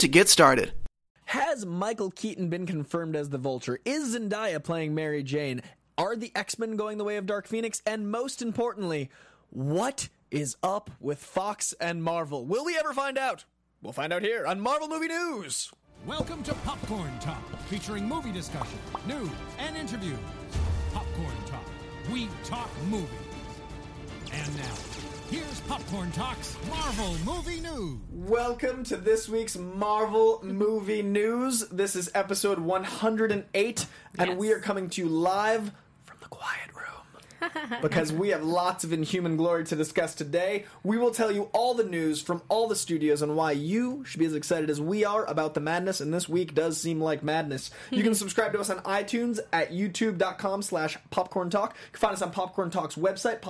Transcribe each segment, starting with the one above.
to get started. Has Michael Keaton been confirmed as the Vulture? Is Zendaya playing Mary Jane? Are the X Men going the way of Dark Phoenix? And most importantly, what is up with Fox and Marvel? Will we ever find out? We'll find out here on Marvel Movie News. Welcome to Popcorn Talk, featuring movie discussion, news, and interviews. Popcorn Talk, we talk movies. And now, here's Popcorn Talk's Marvel Movie News. Welcome to this week's Marvel Movie News. This is episode 108, and we are coming to you live from the quiet room. because we have lots of inhuman glory to discuss today, we will tell you all the news from all the studios and why you should be as excited as we are about the madness. And this week does seem like madness. You can subscribe to us on iTunes at youtube.com slash popcorn talk. You can find us on Popcorn Talk's website,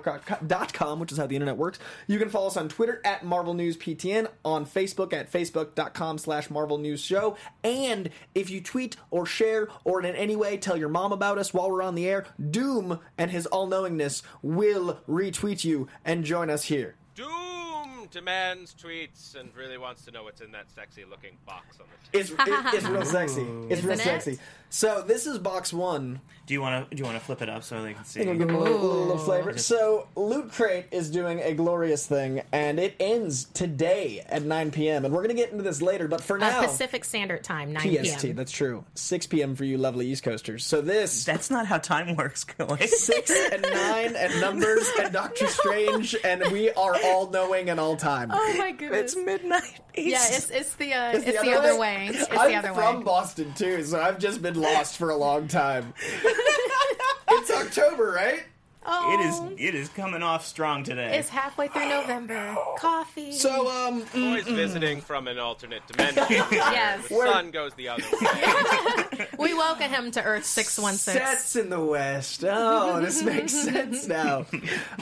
popcorntalknetwork.com, which is how the internet works. You can follow us on Twitter at Marvel News PTN, on Facebook at facebook.com slash Marvel News Show. And if you tweet or share or in any way tell your mom about us while we're on the air, Doom and his all knowingness will retweet you and join us here. Doom demands tweets and really wants to know what's in that sexy looking box on the table. It's, it- it's real sexy. It's real Isn't it? sexy. So this is box one. Do you want to do you want to flip it up so they can see? It'll give them a little, little- little flavor. So, Loot Crate is doing a glorious thing, and it ends today at 9 p.m. And we're going to get into this later, but for Uh, now, Pacific Standard Time, 9 PST, p.m. that's true. 6 p.m. for you lovely East Coasters. So, this. That's not how time works, Cohen. Six and nine and numbers and Doctor Strange and we are all knowing and all time. Oh my goodness. it's midnight. East. yeah, it's, it's the, uh, it's, the, other, way. It's I'm the other from way. Boston too, so I've just been lost for a long time. it's October, right? Oh, it is it is coming off strong today. It's halfway through November. Coffee. Oh. So, um, Always visiting from an alternate dimension. uh, Yes. The sun goes the other way. we welcome him to Earth 616. Sets in the West. Oh, this makes sense now.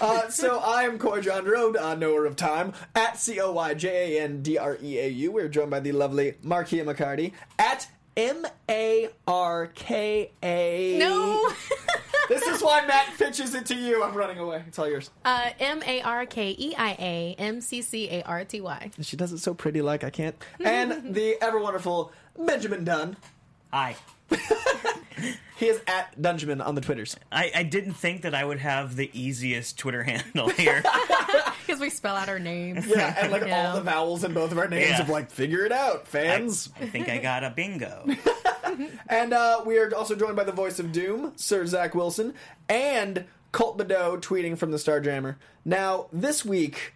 Uh, so I am Coy John Road, on Knower of Time, at C O Y J A N D R E A U. We're joined by the lovely Markia McCarty, at M A R K A. No. This is why Matt pitches it to you. I'm running away. It's all yours. Uh, M A R K E I A M C C A R T Y. She does it so pretty, like I can't. And the ever wonderful Benjamin Dunn. Hi. He is at Dungeman on the Twitters. I, I didn't think that I would have the easiest Twitter handle here. Because we spell out our names. Yeah, and like Yeah. all the vowels in both of our names Yeah. of like, figure it out, fans. I think I got a bingo. And uh, we are also joined by the voice of Doom, Sir Zach Wilson, and Colt Badeau tweeting from the Starjammer. Now, this week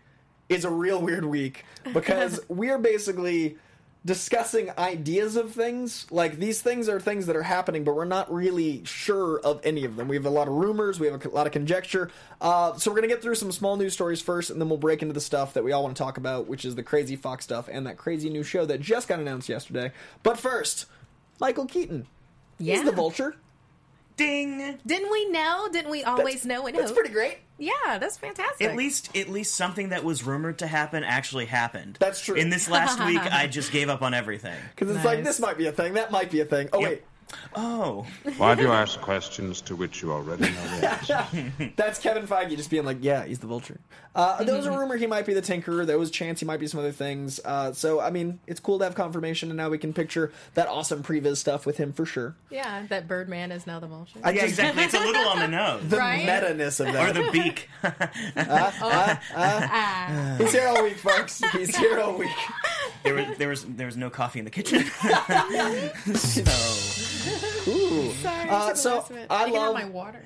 is a real weird week because we are basically discussing ideas of things. Like, these things are things that are happening, but we're not really sure of any of them. We have a lot of rumors, we have a lot of conjecture. Uh, so, we're going to get through some small news stories first, and then we'll break into the stuff that we all want to talk about, which is the crazy Fox stuff and that crazy new show that just got announced yesterday. But first, Michael Keaton. Yeah. He's the vulture. Ding. Didn't we know? Didn't we always know and That's hope? pretty great. yeah, that's fantastic. At least at least something that was rumored to happen actually happened. That's true. In this last week, I just gave up on everything. Because it's like, this might be a thing, that might be a thing. Oh, Yep. Oh, Why do you ask questions to which you already know the answer? wait. That's Kevin Feige just being like, yeah, he's the vulture. Uh, there was Mm-hmm. a rumor he might be the tinkerer. There was a chance he might be some other things. Uh, so, I mean, it's cool to have confirmation, and now we can picture that awesome previs stuff with him for sure. yeah, that Birdman is now the vulture. I yeah, just, exactly. It's a little on the nose The Right? meta-ness of or that. the beak. Ah. He's here all week, folks. He's here all week. There was there was there was no coffee in the kitchen. so. Ooh. Sorry, Uh, took a so, last minute. I Taking love- out my water.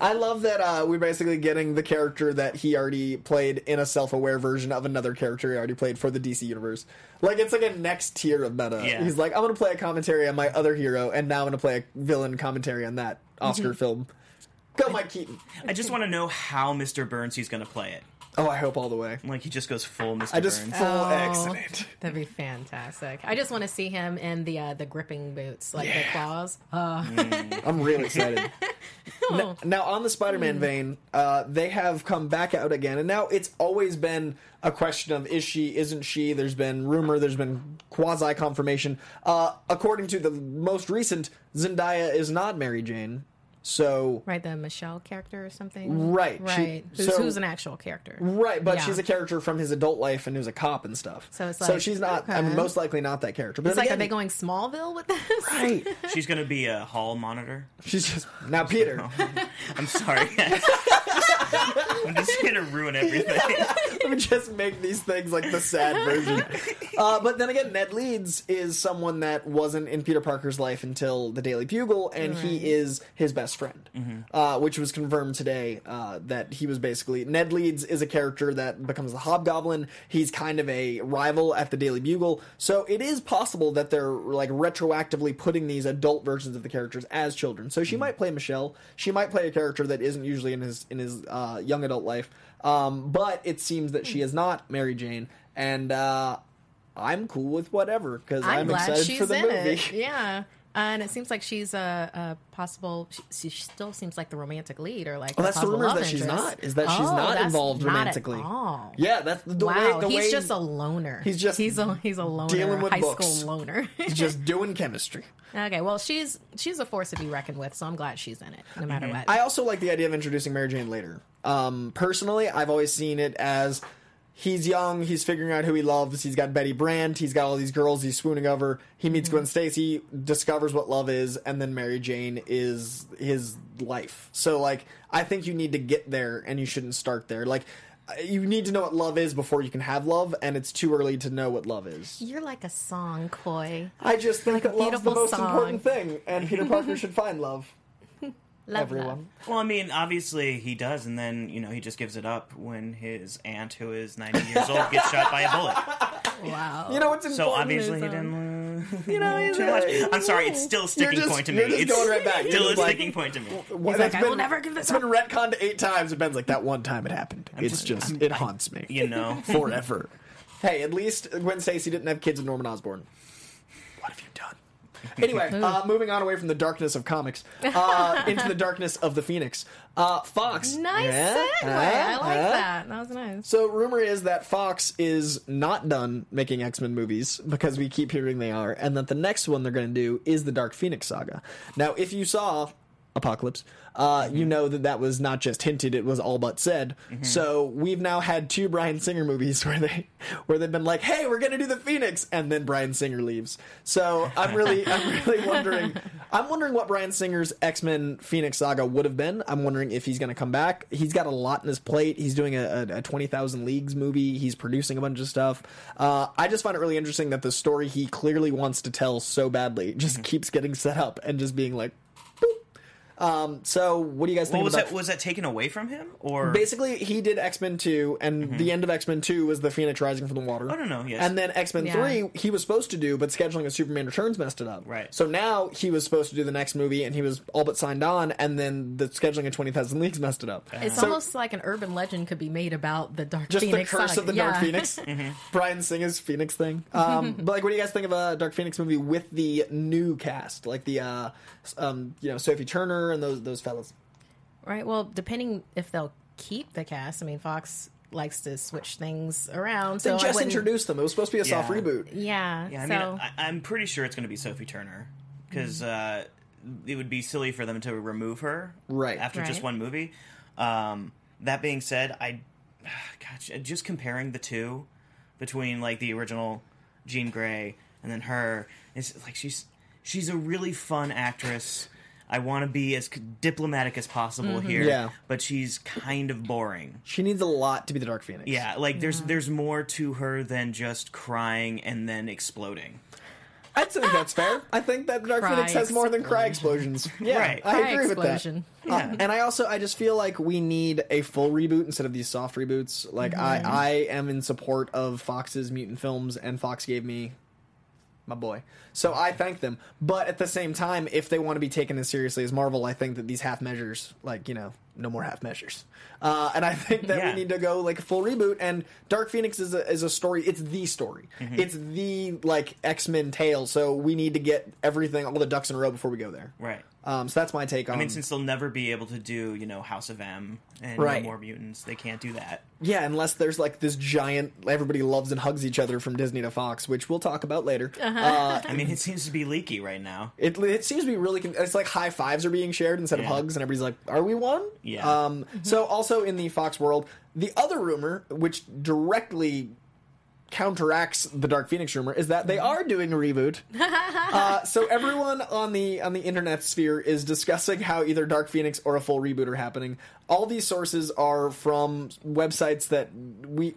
I love that uh, we're basically getting the character that he already played in a self-aware version of another character he already played for the DC universe. Like it's like a next tier of meta. Yeah. He's like, I'm gonna play a commentary on my other hero, and now I'm gonna play a villain commentary on that Oscar film. Go, Mike Keaton. I just want to know how Mr. Burns he's going to play it. Oh, I hope all the way. Like he just goes full Mr. I just Burns. full Oh. accident. That'd be fantastic. I just want to see him in the uh, the gripping boots, like the claws. Uh, I'm really excited. Oh. now, now on the Hmm. Spider-Man vein, uh, they have come back out again, and now it's always been a question of is she, isn't she? There's been rumor, there's been quasi confirmation. Uh, according to the most recent, Zendaya is not Mary Jane, so right, the Michelle character or something. Right, she- right. who's, so- who's an actual character? right, but Yeah. she's a character from his adult life and who's a cop and stuff. So it's so like, she's not. I mean, okay. most likely not that character. But It's then like, are again- they going Smallville with this? Right. She's gonna be a hall monitor. She's just now Peter. I'm sorry. guys. I'm just gonna ruin everything. Let me just make these things like the sad version. Uh, but then again, Ned Leeds is someone that wasn't in Peter Parker's life until the Daily Bugle, and he is his best friend, uh, which was confirmed today uh, that he was basically Ned Leeds is a character that becomes the Hobgoblin. He's kind of a rival at the Daily Bugle, so it is possible that they're like retroactively putting these adult versions of the characters as children. So she Mm-hmm. might play Michelle. She might play a character that isn't usually in his in his uh, young adult life. Um, but it seems that Hmm. she is not Mary Jane, and uh, I'm cool with whatever because I'm, I'm, glad excited she's for the in movie. it. Yeah. and it seems like she's a, a possible. She, she still seems like the romantic lead, or like Well, a that's the possible rumor love that she's interest. not. Is that she's Oh, not that's involved not at romantically? all. Yeah, that's the wow, way. The he's way just a loner. he's just he's a he's a loner, dealing with high books. school loner. he's just doing chemistry. okay, well she's she's a force to be reckoned with, so I'm glad she's in it, no matter what. Mm-hmm. I also like the idea of introducing Mary Jane later. Um, personally, I've always seen it as he's young, he's figuring out who he loves. He's got Betty Brandt, he's got all these girls he's swooning over. He meets Gwen Stacy, discovers what love is, and then Mary Jane is his life. So, like, I think you need to get there, and you shouldn't start there. Like, you need to know what love is before you can have love, and it's too early to know what love is. You're like a song, Coy. I just think Like a that love's the beautiful most song. important thing, and Peter Parker should find love. Love, everyone. love. Well, I mean, obviously he does, and then you know he just gives it up when his aunt, who is 90 years old, gets shot by a bullet. Wow. You know what's important So obviously is, he um, didn't lose You know, he's too much. I'm sorry, it's still a sticking just- point to me. you're just it's going right back. You're Still a just like- sticking point to me. Well, like, that's "I will never give this It's been retconned eight times, and Ben's like, that one time it happened. it's just, it haunts me. You know. Forever. hey, at least Gwen Stacy didn't have kids with Norman Osborn. What have you done? Anyway, uh, moving on away from the darkness of comics uh, into the darkness of the Phoenix. Uh, Fox. Nice Yeah, segue. I huh, like huh? that. That was nice. So rumor is that Fox is not done making X Men movies because we keep hearing they are, and that the next one they're going to do is the Dark Phoenix saga. Now, if you saw Apocalypse, uh, you know that that was not just hinted; it was all but said. So we've now had two Brian Singer movies where they where they've been like, "Hey, we're going to do the Phoenix," and then Brian Singer leaves. So I'm really, I'm really wondering. I'm wondering what Brian Singer's X Men Phoenix saga would have been. I'm wondering if he's going to come back. He's got a lot in his plate. He's doing a, a, a 20,000 Leagues movie. He's producing a bunch of stuff. Uh, I just find it really interesting that the story he clearly wants to tell so badly Mm-hmm. just keeps getting set up and just being like, boop. Um, so, what do you guys think Well, was about that was that taken away from him or Basically, he did X Men 2, and the end of X Men 2 was the Phoenix rising from the water. Mm-hmm. Oh, no, no, yes. And then X Men Yeah. 3, he was supposed to do, but scheduling of Superman Returns messed it up. Right. So now he was supposed to do the next movie, and he was all but signed on, and then the scheduling of 20,000 Leagues messed it up. It's So- almost like an urban legend could be made about the Dark Just Phoenix. the curse saga. of the Yeah. Dark Phoenix. Mm-hmm. Brian Singer's Phoenix thing. Um, but like, what do you guys think of a Dark Phoenix movie with the new cast, like the uh, s- um, you know Sophie Turner and those those fellas? Right. Well, depending if they'll keep the cast. I mean, Fox likes to switch things around. So They I just wouldn't- introduced them. It was supposed to be a soft Yeah. reboot. Yeah. Yeah, so I mean, I, I'm pretty sure it's going to be Sophie Turner because Mm-hmm. uh, it would be silly for them to remove her Right. after just Right. one movie. Um, that being said, I gosh, uh, just comparing the two between like the original Jean Grey and then her is like she's she's a really fun actress. I want to be as c- diplomatic as possible Mm-hmm. here, Yeah. but she's kind of boring. She needs a lot to be the Dark Phoenix. Yeah, like there's there's more to her than just crying and then exploding. I think that's fair. I think that the Dark Cry Phoenix has more than cry explosions. Yeah, Right. I Cry agree explosion. with that. Uh, and I also I just feel like we need a full reboot instead of these soft reboots. Like I I am in support of Fox's mutant films, and Fox gave me my boy. So I thank them. But at the same time, if they want to be taken as seriously as Marvel, I think that these half measures, like you know, no more half measures. Uh, and I think that Yeah. we need to go like full reboot. And Dark Phoenix is a, is a story. It's the story. Mm-hmm. It's the like X Men tale. So we need to get everything, all the ducks in a row before we go there. Right. Um, so that's my take on. I mean, since they'll never be able to do, you know, House of M and Right. No More Mutants, they can't do that. yeah, unless there's like this giant, everybody loves and hugs each other from Disney to Fox, which we'll talk about later. Uh, I mean, it seems to be leaky right now. It, it seems to be really. Con- it's like high fives are being shared instead of Yeah. hugs, and everybody's like, "Are we one?" Yeah. Um. So also in the Fox world, the other rumor, which directly counteracts the Dark Phoenix rumor, is that they are doing a reboot. uh, so everyone on the on the internet sphere is discussing how either Dark Phoenix or a full reboot are happening. All these sources are from websites that we.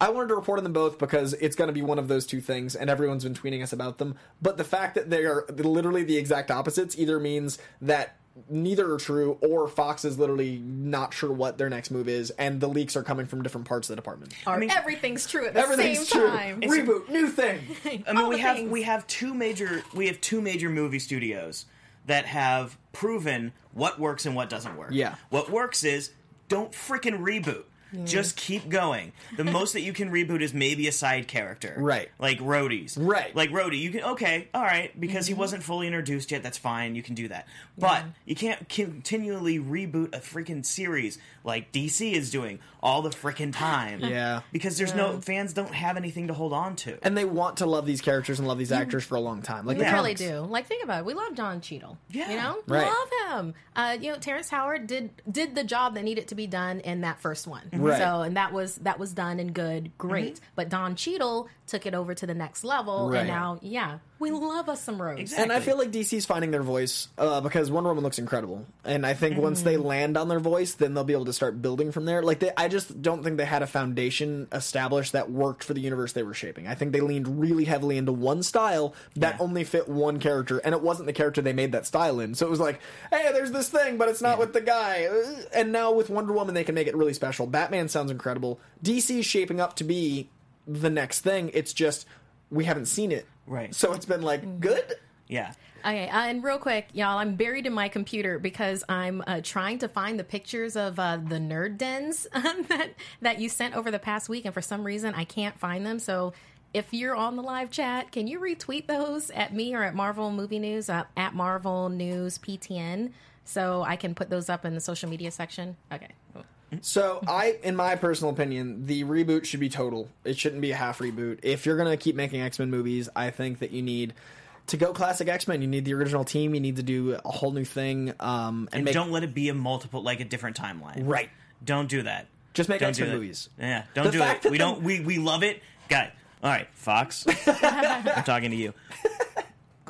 I wanted to report on them both because it's going to be one of those two things, and everyone's been tweeting us about them. But the fact that they are literally the exact opposites either means that neither are true, or Fox is literally not sure what their next move is, and the leaks are coming from different parts of the department. Or mean- everything's true at the Everything's same true. time. Reboot, new thing. I mean, All we the have things. we have two major we have two major movie studios that have proven what works and what doesn't work. Yeah. What works is don't frickin' reboot. Just keep going. The most that you can reboot is maybe a side character. Right. Like Rhodey's. Right. Like Rhodey, you can okay, all right, because Mm-hmm. he wasn't fully introduced yet, that's fine, you can do that. But you can't continually reboot a freaking series like DC is doing all the frickin' time. Yeah. Because there's no fans don't have anything to hold on to. and they want to love these characters and love these actors for a long time. Like We the really comics. do. Like, think about it. We love Don Cheadle. Yeah. you know, Right. love him. Uh, you know, Terrence Howard did did the job that needed to be done in that first one. Right. So, and that was that was done and good, great. Mm-hmm. But Don Cheadle took it over to the next level, Right. and now, yeah, we love us some Rose. Exactly. And I feel like DC's finding their voice uh, because Wonder Woman looks incredible, and I think once Mm-hmm. they land on their voice, then they'll be able to start building from there. Like they, I just don't think they had a foundation established that worked for the universe they were shaping. I think they leaned really heavily into one style that only fit one character, and it wasn't the character they made that style in. So it was like, hey, there's this thing, but it's not with the guy. Uh, And now with Wonder Woman, they can make it really special. Batman sounds incredible. DC's shaping up to be the next thing. It's just we haven't seen it. Right. Mm-hmm. So it's been like good. Yeah. Okay, uh, and real quick, y'all, I'm buried in my computer because I'm uh, trying to find the pictures of uh, the nerd dens that that you sent over the past week, and for some reason I can't find them. So, if you're on the live chat, can you retweet those at me or at Marvel Movie News uh, at Marvel News PTN so I can put those up in the social media section? Okay, So I, in my personal opinion, the reboot should be total. It shouldn't be a half reboot. If you're gonna keep making X Men movies, I think that you need to go classic X Men. You need the original team. You need to do a whole new thing. Um, and, make don't let it be a multiple like a different timeline. Right. Don't do that. Just make Don't X-Men do that. Eh, movies. Yeah. Don't The do fact it. that We the- don't we we love it. Guy. All right, Fox. I'm talking to you.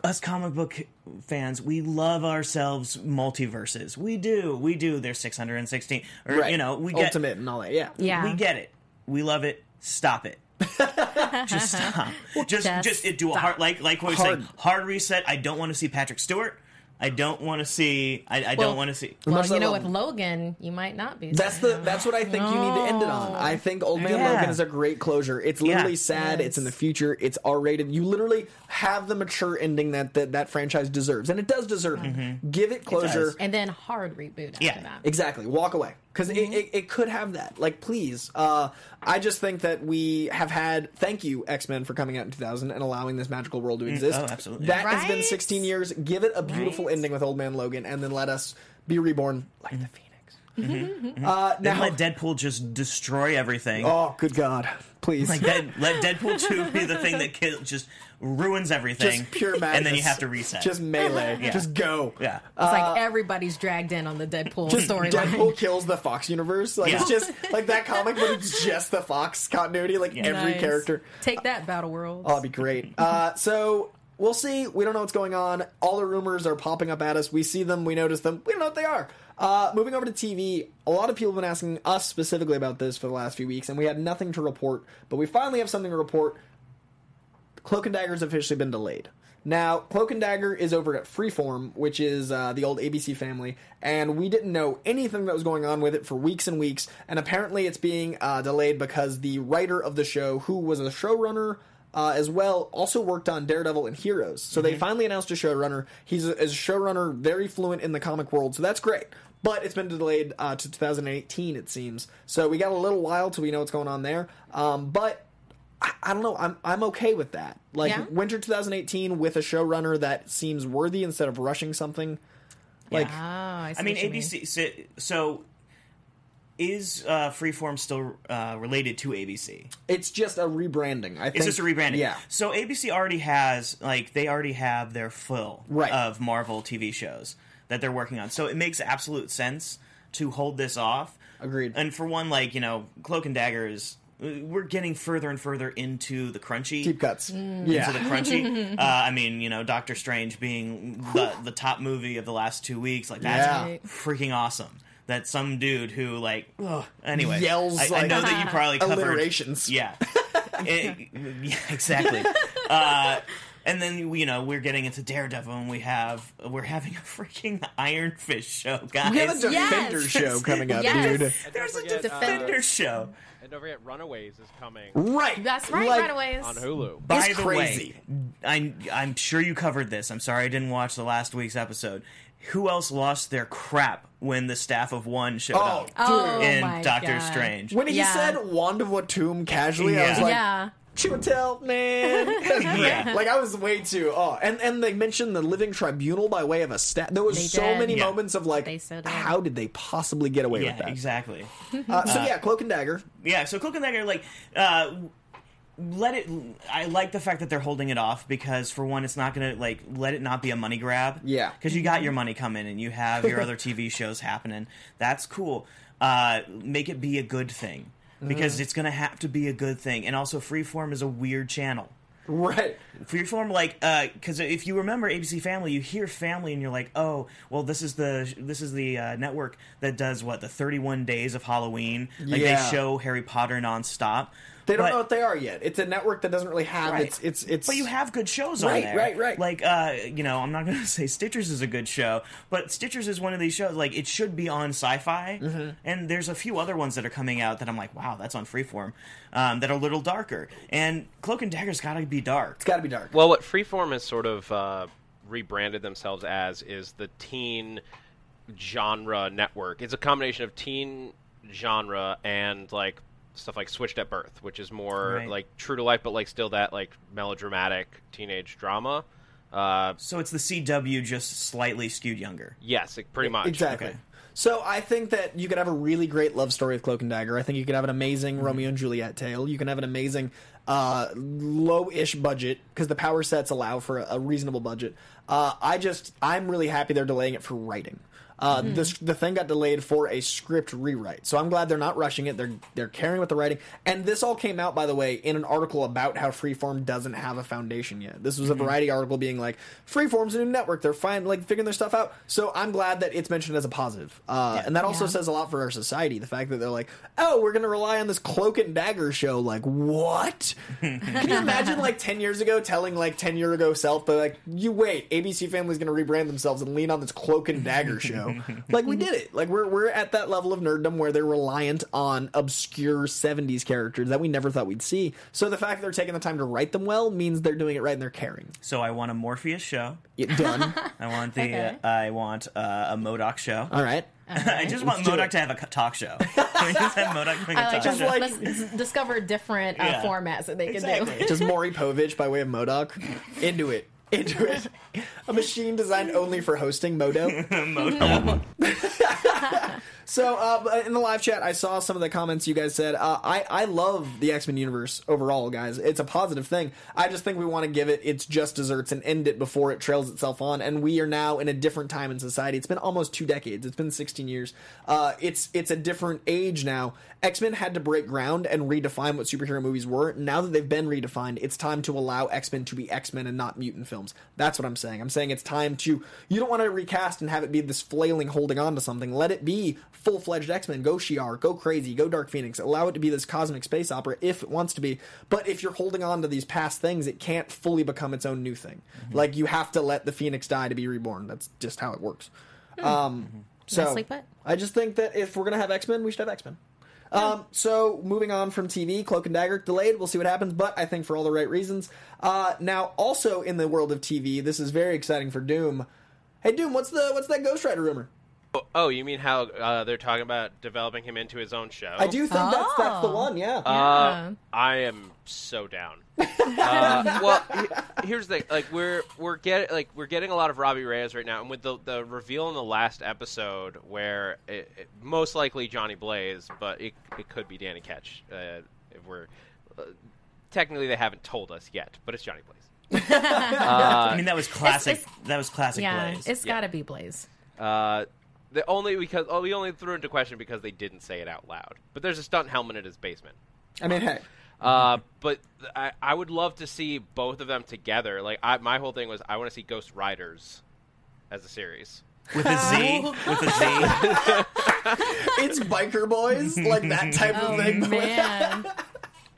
Us comic book fans, we love ourselves multiverses. We do. We do. There's 616 or you know, we get ultimate and all that. Yeah, yeah, We get it. We love it. Stop it. just stop. Just Just just, it, do a hard like like what we Hard. saying. Hard reset. I don't want to see Patrick Stewart. I don't want to see. I, I Well- don't want to see. Well, Much you love know, them. with Logan, you might not be. That's the that's what I think you need to end it on. I think Old Man Yeah. Logan is a great closure. It's literally Yeah. sad. Yes. It's in the future. It's R rated. You literally have the mature ending that that, that franchise deserves, and it does deserve it. Give it closure. Mm-hmm. does. and then hard reboot after Yeah. that. Exactly. Walk away because Mm-hmm. it, it, it could have that. Like, please. Uh, I just think that we have had. Thank you, X Men, for coming out in 2000 and allowing this magical world to exist. oh, absolutely. That has been Right? 16 years. Give it a beautiful ending with Old Man Logan, and then let us be reborn Mm. like the Phoenix. Uh, Then now, let Deadpool just destroy everything. oh, good God, please. Like that, let Deadpool two be the thing that kill, just ruins everything. just pure madness. And then you have to reset. Just melee. Yeah. Just go. yeah. It's like everybody's dragged in on the Deadpool uh, Just Deadpool storyline. kills the Fox universe. Like Yeah. it's just like that comic, but it's just the Fox continuity. Like every Nice. character. Take that, Battle World. Oh, that'd be great. Uh, so we'll see. We don't know what's going on. All the rumors are popping up at us. We see them. We notice them. We don't know what they are. Uh, moving over to TV, a lot of people have been asking us specifically about this for the last few weeks, and we had nothing to report. But we finally have something to report. Cloak and Dagger's officially been delayed. Now, Cloak and Dagger is over at Freeform, which is uh, the old ABC family, and we didn't know anything that was going on with it for weeks and weeks. And apparently, it's being uh, delayed because the writer of the show, who was a showrunner uh, as well, also worked on Daredevil and Heroes. So they finally announced a showrunner. He's a, is a showrunner, very fluent in the comic world, so that's great. but it's been delayed uh, to 2018, it seems. So we got a little while till we know what's going on there. Um, but I, I don't know. I'm I'm okay with that. Like Yeah? winter 2018 with a showrunner that seems worthy instead of rushing something. Like Oh, I, see I mean, what you ABC. So, so is uh, Freeform still uh, related to ABC? it's just a rebranding. I think It's just a rebranding. Yeah. So ABC already has like they already have their fill Right. of Marvel TV shows that they're working on. So it makes absolute sense to hold this off. Agreed. And for one, like you know, Cloak and Dagger is we're getting further and further into the crunchy Deep cuts. Mm. to the Yeah. crunchy. uh, I mean, you know, Doctor Strange being the, the top movie of the last two weeks, like that's Yeah. Right. freaking awesome. That some dude who like, ugh, anyway, Yells I, I like- know that you probably covered Alliterations. Yeah, It- yeah, exactly. Uh, and then you know we're getting into Daredevil, and we have we're having a freaking Iron Fist show, guys. We have a Yes. Defender show coming up, Yes. dude. And There's a don't forget, uh, Defender show. and don't forget, Runaways is coming Right. That's right, Like, right away. on Hulu. By It's the crazy. way, I'm I'm sure you covered this. I'm sorry I didn't watch the last week's episode. Who else lost their crap when the staff of one showed Oh, up Oh, in my Doctor God. Strange? When he Yeah. said Wand of Watum casually, I was Yeah. like, yeah. Chiwetel, man. Yeah. Like I was way too. Oh, and and they mentioned the Living Tribunal by way of a stat. There was They so did. many Yeah. moments of like, They so did. how did they possibly get away with yeah, that? exactly. Uh, so yeah, Cloak and Dagger. Yeah, so Cloak and Dagger, like, uh, let it. I like the fact that they're holding it off because, for one, it's not gonna like let it not be a money grab. Yeah. because you got your money coming and you have your other TV shows happening. That's cool. Uh, make it be a good thing because it's gonna have to be a good thing. And also, Freeform is a weird channel. Right. Freeform, like, because if you remember ABC Family, you hear Family and you're like, oh, well, this is the this is the uh, network that does what the 31 days of Halloween. Like Yeah. they show Harry Potter nonstop. They don't But- know what they are yet. It's a network that doesn't really have Right. its it's it's. But you have good shows on Right, there. right, right. Like, uh, you know, I'm not going to say Stitchers is a good show, but Stitchers is one of these shows. Like, it should be on sci fi. Mm-hmm. And there's a few other ones that are coming out that I'm like, wow, that's on freeform um, that are a little darker. And Cloak and Dagger's got to be dark. It's got to be dark. Well, what Freeform has sort of uh, rebranded themselves as is the teen genre network. It's a combination of teen genre and like stuff like Switched at Birth, which is more Right. like true to life, but like still that like melodramatic teenage drama. Uh, so it's the CW just slightly skewed younger. yes, it, pretty much. Exactly. Okay. So I think that you could have a really great love story with Cloak and Dagger. I think you could have an amazing Romeo and Juliet tale. You can have an amazing uh, low-ish budget because the power sets allow for a, a reasonable budget. Uh, I just I'm really happy they're delaying it for writing. Uh, this, the thing got delayed for a script rewrite, so I'm glad they're not rushing it. They're they're caring with the writing, and this all came out by the way in an article about how Freeform doesn't have a foundation yet. This Mm-hmm. was a Variety article being like, Freeform's a new network. They're fine, like figuring their stuff out. So I'm glad that it's mentioned as a positive, uh, and that also Yeah. says a lot for our society. The fact that they're like, oh, we're gonna rely on this cloak and dagger show. Like, what? Can you imagine like ten years ago telling like ten year ago self, but like you wait, ABC Family's gonna rebrand themselves and lean on this cloak and dagger show. like we did it. Like we're we're at that level of nerddom where they're reliant on obscure seventies characters that we never thought we'd see. So the fact that they're taking the time to write them well means they're doing it right and they're caring. So I want a Morpheus show. It done. I want the Okay. uh, I want uh, a Modoc show. All right. I just want Let's do Modoc it. to have a c- talk show. Can we just have Modoc doing a I like talk just show. like- let's d- discover different uh, Yeah. formats that they can do. Exactly. Just Maury Povich by way of Modoc. Into it. Into it. A machine designed only for hosting Modo. So uh, but in the live chat, I saw some of the comments you guys said. Uh, I I love the X Men universe overall, guys. It's a positive thing. I just think we want to give it its just desserts and end it before it trails itself on. And we are now in a different time in society. It's been almost two decades. It's been sixteen years. Uh, it's it's a different age now. X Men had to break ground and redefine what superhero movies were. Now that they've been redefined, it's time to allow X Men to be X Men and not mutant films. That's what I'm saying. I'm saying it's time to. You don't want to recast and have it be this flailing holding on to something. Let it be full fledged X Men. Go Shi'ar. Go crazy. Go Dark Phoenix. Allow it to be this cosmic space opera if it wants to be. But if you're holding on to these past things, it can't fully become its own new thing. Like you have to let the Phoenix die to be reborn. That's just how it works. Um, so Nicely put. I just think that if we're gonna have X Men, we should have X Men. Um, so moving on from TV, Cloak and Dagger delayed. We'll see what happens, but I think for all the right reasons. Uh, now, also in the world of TV, this is very exciting for Doom. Hey, Doom, what's the what's that Ghost Rider rumor? Oh, you mean how uh, they're talking about developing him into his own show? I do think that's that's the Oh. one. Yeah. Uh, Yeah. I am so down. uh, well, he- here's the thing. Like we're we're getting like we're getting a lot of Robbie Reyes right now, and with the the reveal in the last episode, where it, it- most likely Johnny Blaze, but it it could be Danny Ketch. Uh, if we're uh, technically they haven't told us yet, but it's Johnny Blaze. I mean, that was classic. it's- that was classic yeah, Blaze. it's got to be Blaze. Uh, the only because oh, we only threw it into question because they didn't say it out loud. But there's a stunt helmet in his basement. I mean, hey, Uh, but th- I, I would love to see both of them together. Like I, my whole thing was I want to see Ghost Riders as a series. with a Z, with a Z. it's biker boys like that type Oh of thing. but with- man,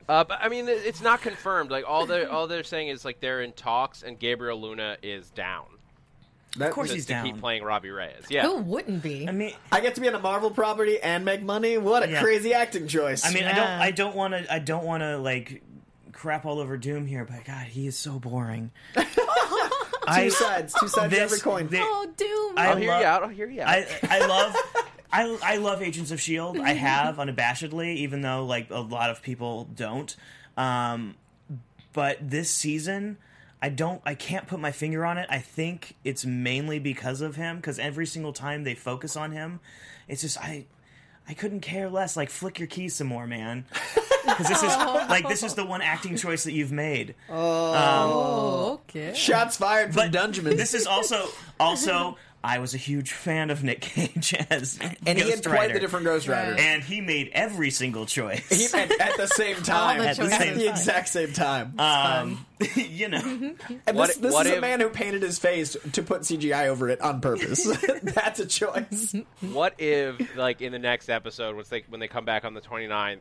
Uh, but I mean, it- it's not confirmed. Like all they all they're saying is like they're in talks, and Gabriel Luna is down That- Of course, to, he's to down. keep playing Robbie Reyes. Yeah, who wouldn't be? I mean, I get to be on a Marvel property and make money. What a Yeah. crazy acting choice. I mean, I Yeah. don't, I don't want to, I don't want to like crap all over Doom here, but God, he is so boring. I, two sides, two sides to every coin. the- oh, Doom. I I'll hear love- you out. I'll hear you out. I, I love. I, I love Agents of Shield. I have unabashedly, even though like a lot of people don't. Um, but this season, I don't. I can't put my finger on it. I think it's mainly because of him. Because every single time they focus on him, it's just I. I couldn't care less. Like flick your keys some more, man. Because this is like this is the one acting choice that you've made. oh, okay. shots fired from Dungeon. This is also also I was a huge fan of Nick Cage as and he had Ghost quite the Rider. different Ghost Riders. and he made every single choice. He- at, at the same time, the at the, choices. same- the exact same time. Um, you Mm-hmm. know, and what this, if- this what is a if- man who painted his face to put CGI over it on purpose. That's a choice. What if, like, in the next episode, once they when they come back on the 29th,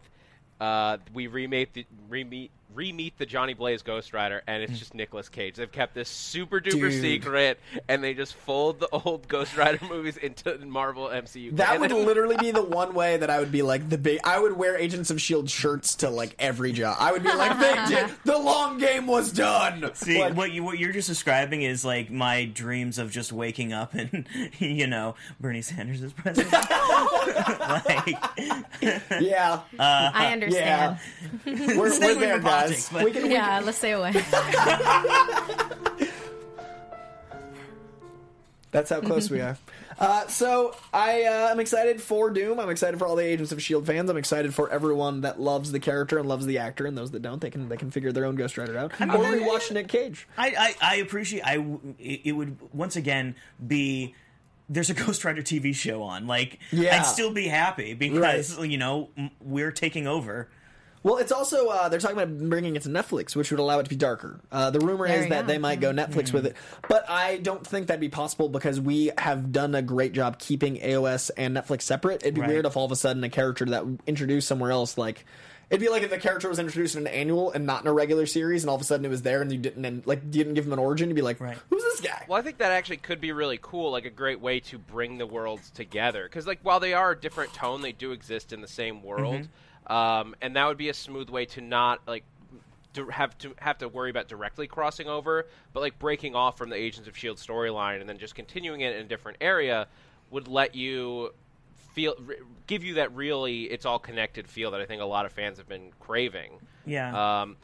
uh, we remake the remeet remeet the Johnny Blaze Ghost Rider, and it's just Nicolas Cage. They've kept this super duper Mm. Dude. secret, and they just fold the old Ghost Rider movies into the Marvel MCU. That And would then- literally be the one way that I would be like the big. I would wear Agents of Shield shirts to like every job. I would be like, they did the long game was done. see Like, what you what you're just describing is like my dreams of just waking up and you know Bernie Sanders is president. like, yeah, I yeah. understand. We're, we're away there, guys. from politics, but- We can, Yeah, let's stay away. That's how close we are. Uh, so I uh, am excited for Doom. I'm excited for all the Agents of Shield E fans. I'm excited for everyone that loves the character and loves the actor, and those that don't, they can they can figure their own Ghost Rider out or rewatch Nick Cage. I, I I appreciate. I w- it it would once again be. There's a Ghost Rider TV show on. Like, Yeah. I'd still be happy because you know m- we're taking over. Well, it's also uh, they're talking about bringing it to Netflix, which would allow it to be darker. Uh, the rumor There is you that go. they might go Mm-hmm. Netflix with it, but I don't think that'd be possible because we have done a great job keeping AOS and Netflix separate. It'd be Right. weird if all of a sudden a character that introduced somewhere else, like it'd be like if the character was introduced in an annual and not in a regular series, and all of a sudden it was there and you didn't and, like you didn't give him an origin. You'd be like, Right. who's this guy? Well, I think that actually could be really cool, like a great way to bring the worlds together. Because, like, while they are a different tone, they do exist in the same world, um, and that would be a smooth way to not like to have to have to worry about directly crossing over, but like breaking off from the Agents of Shield E storyline and then just continuing it in a different area would let you feel re- give you that really it's all connected feel that I think a lot of fans have been craving. Yeah. Um,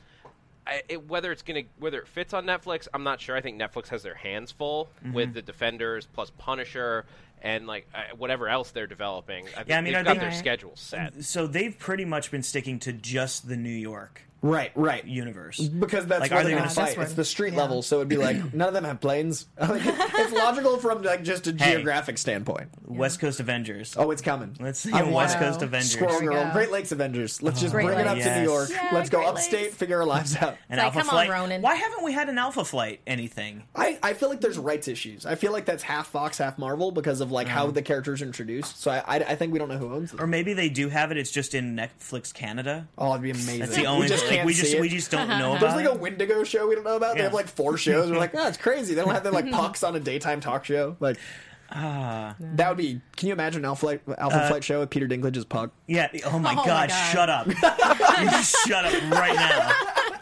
I, it, whether it's gonna whether it fits on Netflix, I'm not sure. I think Netflix has their hands full Mm-hmm. with the Defenders plus Punisher and like uh, whatever else they're developing. I think Yeah, I mean, they've I got think- their Right. schedule set. so they've pretty much been sticking to just the New York Right, right. universe. Because that's Like, where are they're they going to gonna- fight. that's where- It's the street yeah. level, so it'd be like none of them have planes. Like, it's logical from like just a Hey. geographic standpoint. West Coast Avengers. Oh, it's coming. Let's see I a want West it. Coast Avengers. Oh, Squirrel we Girl, go. Great Lakes Avengers. Let's just Great bring it up to Lakes. New York. Yeah, Let's go Great upstate, Lakes. figure our lives out. It's like, An Alpha come on, Flight. Ronan. Why haven't we had an Alpha Flight anything? I, I feel like there's rights issues. I feel like that's half Fox, half Marvel because of like Uh-huh. how the characters are introduced. So I, I, I think we don't know who owns Or them. maybe they do have it. It's just in Netflix Canada. Oh, it'd be amazing. That's the only. we just like, can't we just see it. we just don't know There's about. like a it. Wendigo show we don't know about. They Yeah. have like four shows. We're like, oh, it's crazy. They don't have their like pucks on a daytime talk show. Like, Ah. that would be. Can you imagine an Alpha Flight, Uh, Alpha Flight show with Peter Dinklage as Pug? Yeah. Oh my, Oh my God. god, Shut up. You shut up right now.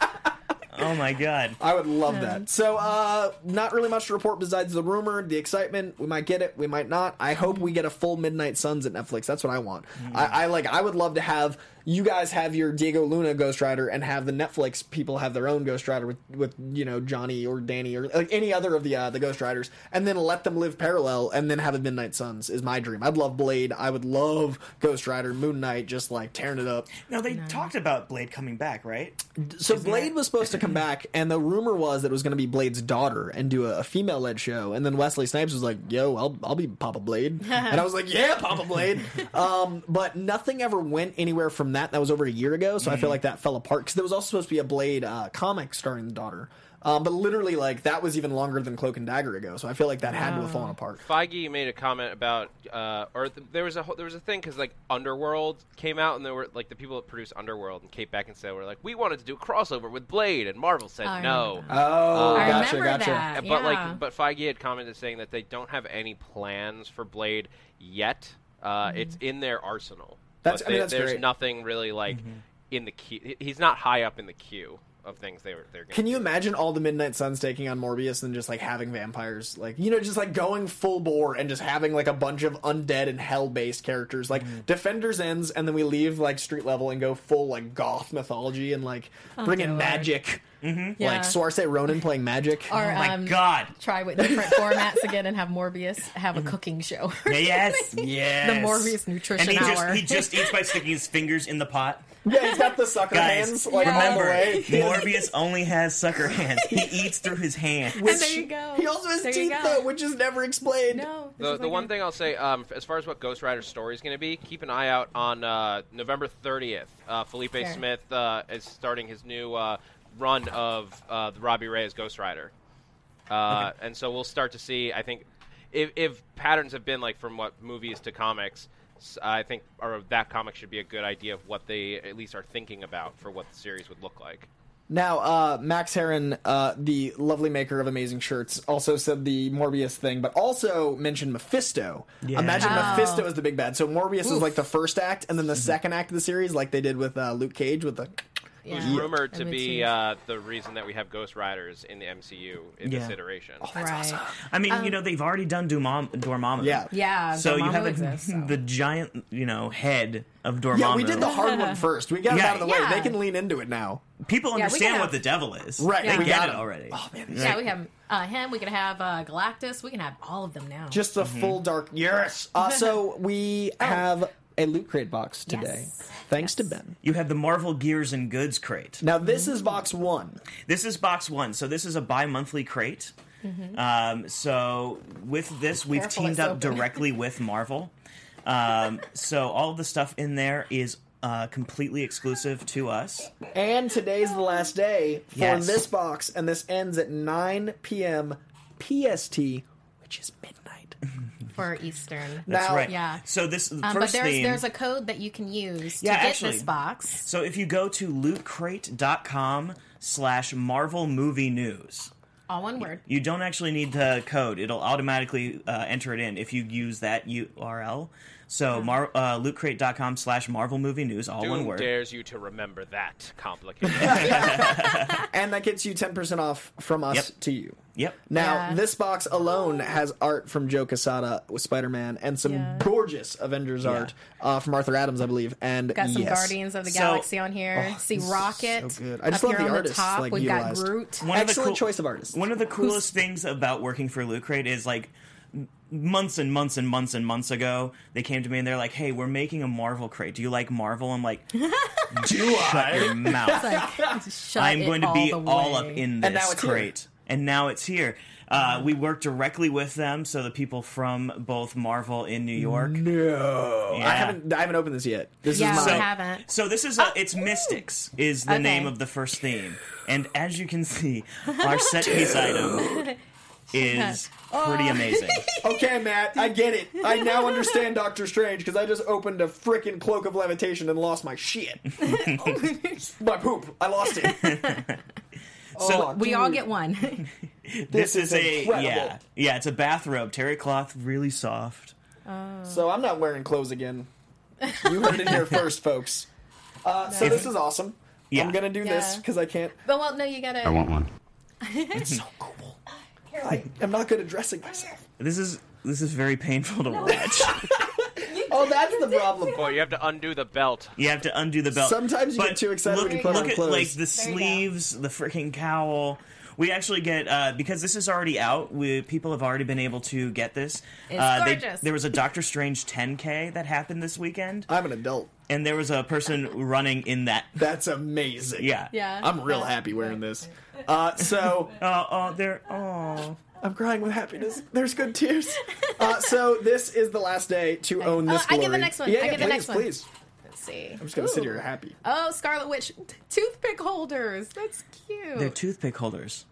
Oh my god. I would love that. So, uh, not really much to report besides the rumor, the excitement. We might get it, we might not. I hope we get a full Midnight Suns at Netflix. That's what I want. I, I like. I would love to have you guys have your Diego Luna Ghost Rider and have the Netflix people have their own Ghost Rider with, with you know Johnny or Danny or like any other of the uh, the Ghost Riders, and then let them live parallel and then have a Midnight Suns is my dream. I'd love Blade. I would love Ghost Rider, Moon Knight, just like tearing it up. No, they talked about Blade coming back, right? So Blade was supposed to come back, and the rumor was that it was going to be Blade's daughter and do a, a female-led show. And then Wesley Snipes was like, "Yo, I'll I'll be Papa Blade," and I was like, "Yeah, Papa Blade." um, but nothing ever went anywhere from that. That was over a year ago, so I Mm-hmm. feel like that fell apart because there was also supposed to be a Blade uh, comic starring the daughter. Um, but literally, like that was even longer than Cloak and Dagger ago, so I feel like that had Oh. to have fallen apart. Feige made a comment about, uh, or th- there was a whole, there was a thing because like Underworld came out and there were like the people that produced Underworld and Kate Beckinsale were like, we wanted to do a crossover with Blade and Marvel said I no. remember Oh, I gotcha, remember gotcha. that. And- But yeah. like, but Feige had commented saying that they don't have any plans for Blade yet. Uh, Mm-hmm. It's in their arsenal. That's- But I mean, they- that's there's great. nothing really like Mm-hmm. in the queue. he- He's not high up in the queue of things they were. They're gonna Can you do. imagine all the Midnight Suns taking on Morbius and just like having vampires, like you know, just like going full bore and just having like a bunch of undead and hell based characters, like Mm-hmm. Defenders ends, and then we leave like street level and go full like goth mythology and like bring in Lord. magic, mm-hmm. Oh, Yeah. like Soarsay Ronan playing magic. Or, Oh my um, god. Try with different formats again and have Morbius have Mm-hmm. a cooking show. Yes. the Yes. Morbius Nutrition and he Hour. just he just eats by sticking his fingers in the pot. yeah, he's got the sucker Guys, hands like all the remember, way. Morbius only has sucker hands. He eats through his hand. and there you go. He also has There you teeth go. though, which is never explained. No. this The, is the like one a- thing I'll say, um, f- as far as what Ghost Rider's story is going to be, keep an eye out on uh, November 30th. Uh, Felipe Fair. Smith uh, is starting his new uh, run of uh, the Robbie Reyes Ghost Rider. Uh, And so we'll start to see, I think, if, if patterns have been like from what movies to comics, s- I think or that comic should be a good idea of what they at least are thinking about for what the series would look like. Now, uh, Max Heron, uh, the lovely maker of amazing shirts, also said the Morbius thing, but also mentioned Mephisto. Imagine Wow. Mephisto is the big bad. So Morbius is like the first act, and then the second act of the series, like they did with uh, Luke Cage, with the Yeah. It's rumored That to makes be sense. uh, the reason that we have Ghost Riders in the MCU in this Yeah. iteration. right. I mean, you know, they've already done Dumam- Dormammu. Um, yeah. Yeah. So you Dormammu have a, exists, so. the giant, you know, head of Dormammu. Yeah, we did the hard one first. We got it Yeah. out of the way. Yeah. They can lean into it now. People we understand got- what the devil is. Right, They we get got it it. already. Oh man. Yeah, we have uh, him. We can have uh, Galactus. We can have all of them now. Just a full dark. Yes. Uh, so we have a loot crate box today, Oh. Yes. thanks to Yes. Ben. You have the Marvel Gears and Goods crate. Now this is box one. This is box one, so this is a bi-monthly crate. Um, so with this, Mm-hmm. we've Careful, teamed it's up open. directly with Marvel. Um, so all the stuff in there is uh, completely exclusive to us. And today's the last day for Yes. this box, and this ends at 9 p.m. PST, which is midnight. for Eastern. That's Now- right. Yeah. So this Um, but first there's theme. there's a code that you can use to Yeah, get actually. this box. so if you go to lootcrate.com slash Marvel Movie News, All one word. you don't actually need the code. It'll automatically uh, enter it in if you use that URL. So mar- uh, lootcrate.com slash Marvel Movie News, all Doom one word. dares you to remember that complicated. And that gets you 10% off from us Yep. to you. Yep. Now, Yeah. this box alone has art from Joe Casada with Spider Man and some Yeah. gorgeous Avengers art uh, from Arthur Adams, I believe. And Got some yes. oh, Guardians of the So- Galaxy on here. See this is Rocket. so good. I just up love here the on artists, the top. like, We've utilized. got Groot. One of the Excellent choice of artists. One of the coolest things about working for Loot Crate is like m- months and months and months and months ago, they came to me and they're like, "Hey, we're making a Marvel crate. Do you like Marvel?" I'm like, "Do shut your mouth. Like, shut I'm it going to be all the all up way. in And now this it's here. crate." And now it's here. Uh, we work directly with them, so the people from both Marvel in New York. No. I Yeah. haven't I haven't opened this yet. This Yeah, is we my. have- haven't. So this is a, it's Mystics is the Okay. name of the first theme, and as you can see, our set piece item is pretty amazing. Okay, Matt, I get it. I now understand Doctor Strange because I just opened a freaking cloak of levitation and lost my shit. my poop. I lost it. Oh, So We all get one. this is is a incredible. yeah yeah it's a bathrobe terry cloth really soft. So I'm not wearing clothes again. You heard it here first, folks. Uh, So this is awesome. Yeah. I'm gonna do this Yeah. because I can't. But well, no, you gotta. I want one. It's so cool. I, I'm not good at dressing myself. This is this is very painful to watch. Oh, that's the problem. Boy, you have to undo the belt. You have to undo the belt. Sometimes you But get too excited look, when you put look on at clothes. like the you go. sleeves, the freaking cowl. We actually get uh, because this is already out. We, people have already been able to get this. It's uh, they- gorgeous. there was a Doctor Strange 10K that happened this weekend, I'm an adult. and there was a person running in that. That's amazing. Yeah. Yeah. I'm real Yeah. happy wearing this. Uh, so Oh, oh, there. Oh. I'm crying with happiness. There's good tears. Uh, so this is the last day to own this. Oh, I glory. get the next one. Yeah, I yeah, get please, the next one. Please, Let's see. I'm just gonna sit here happy. Oh, Scarlet Witch t- toothpick holders. That's cute. They're toothpick holders.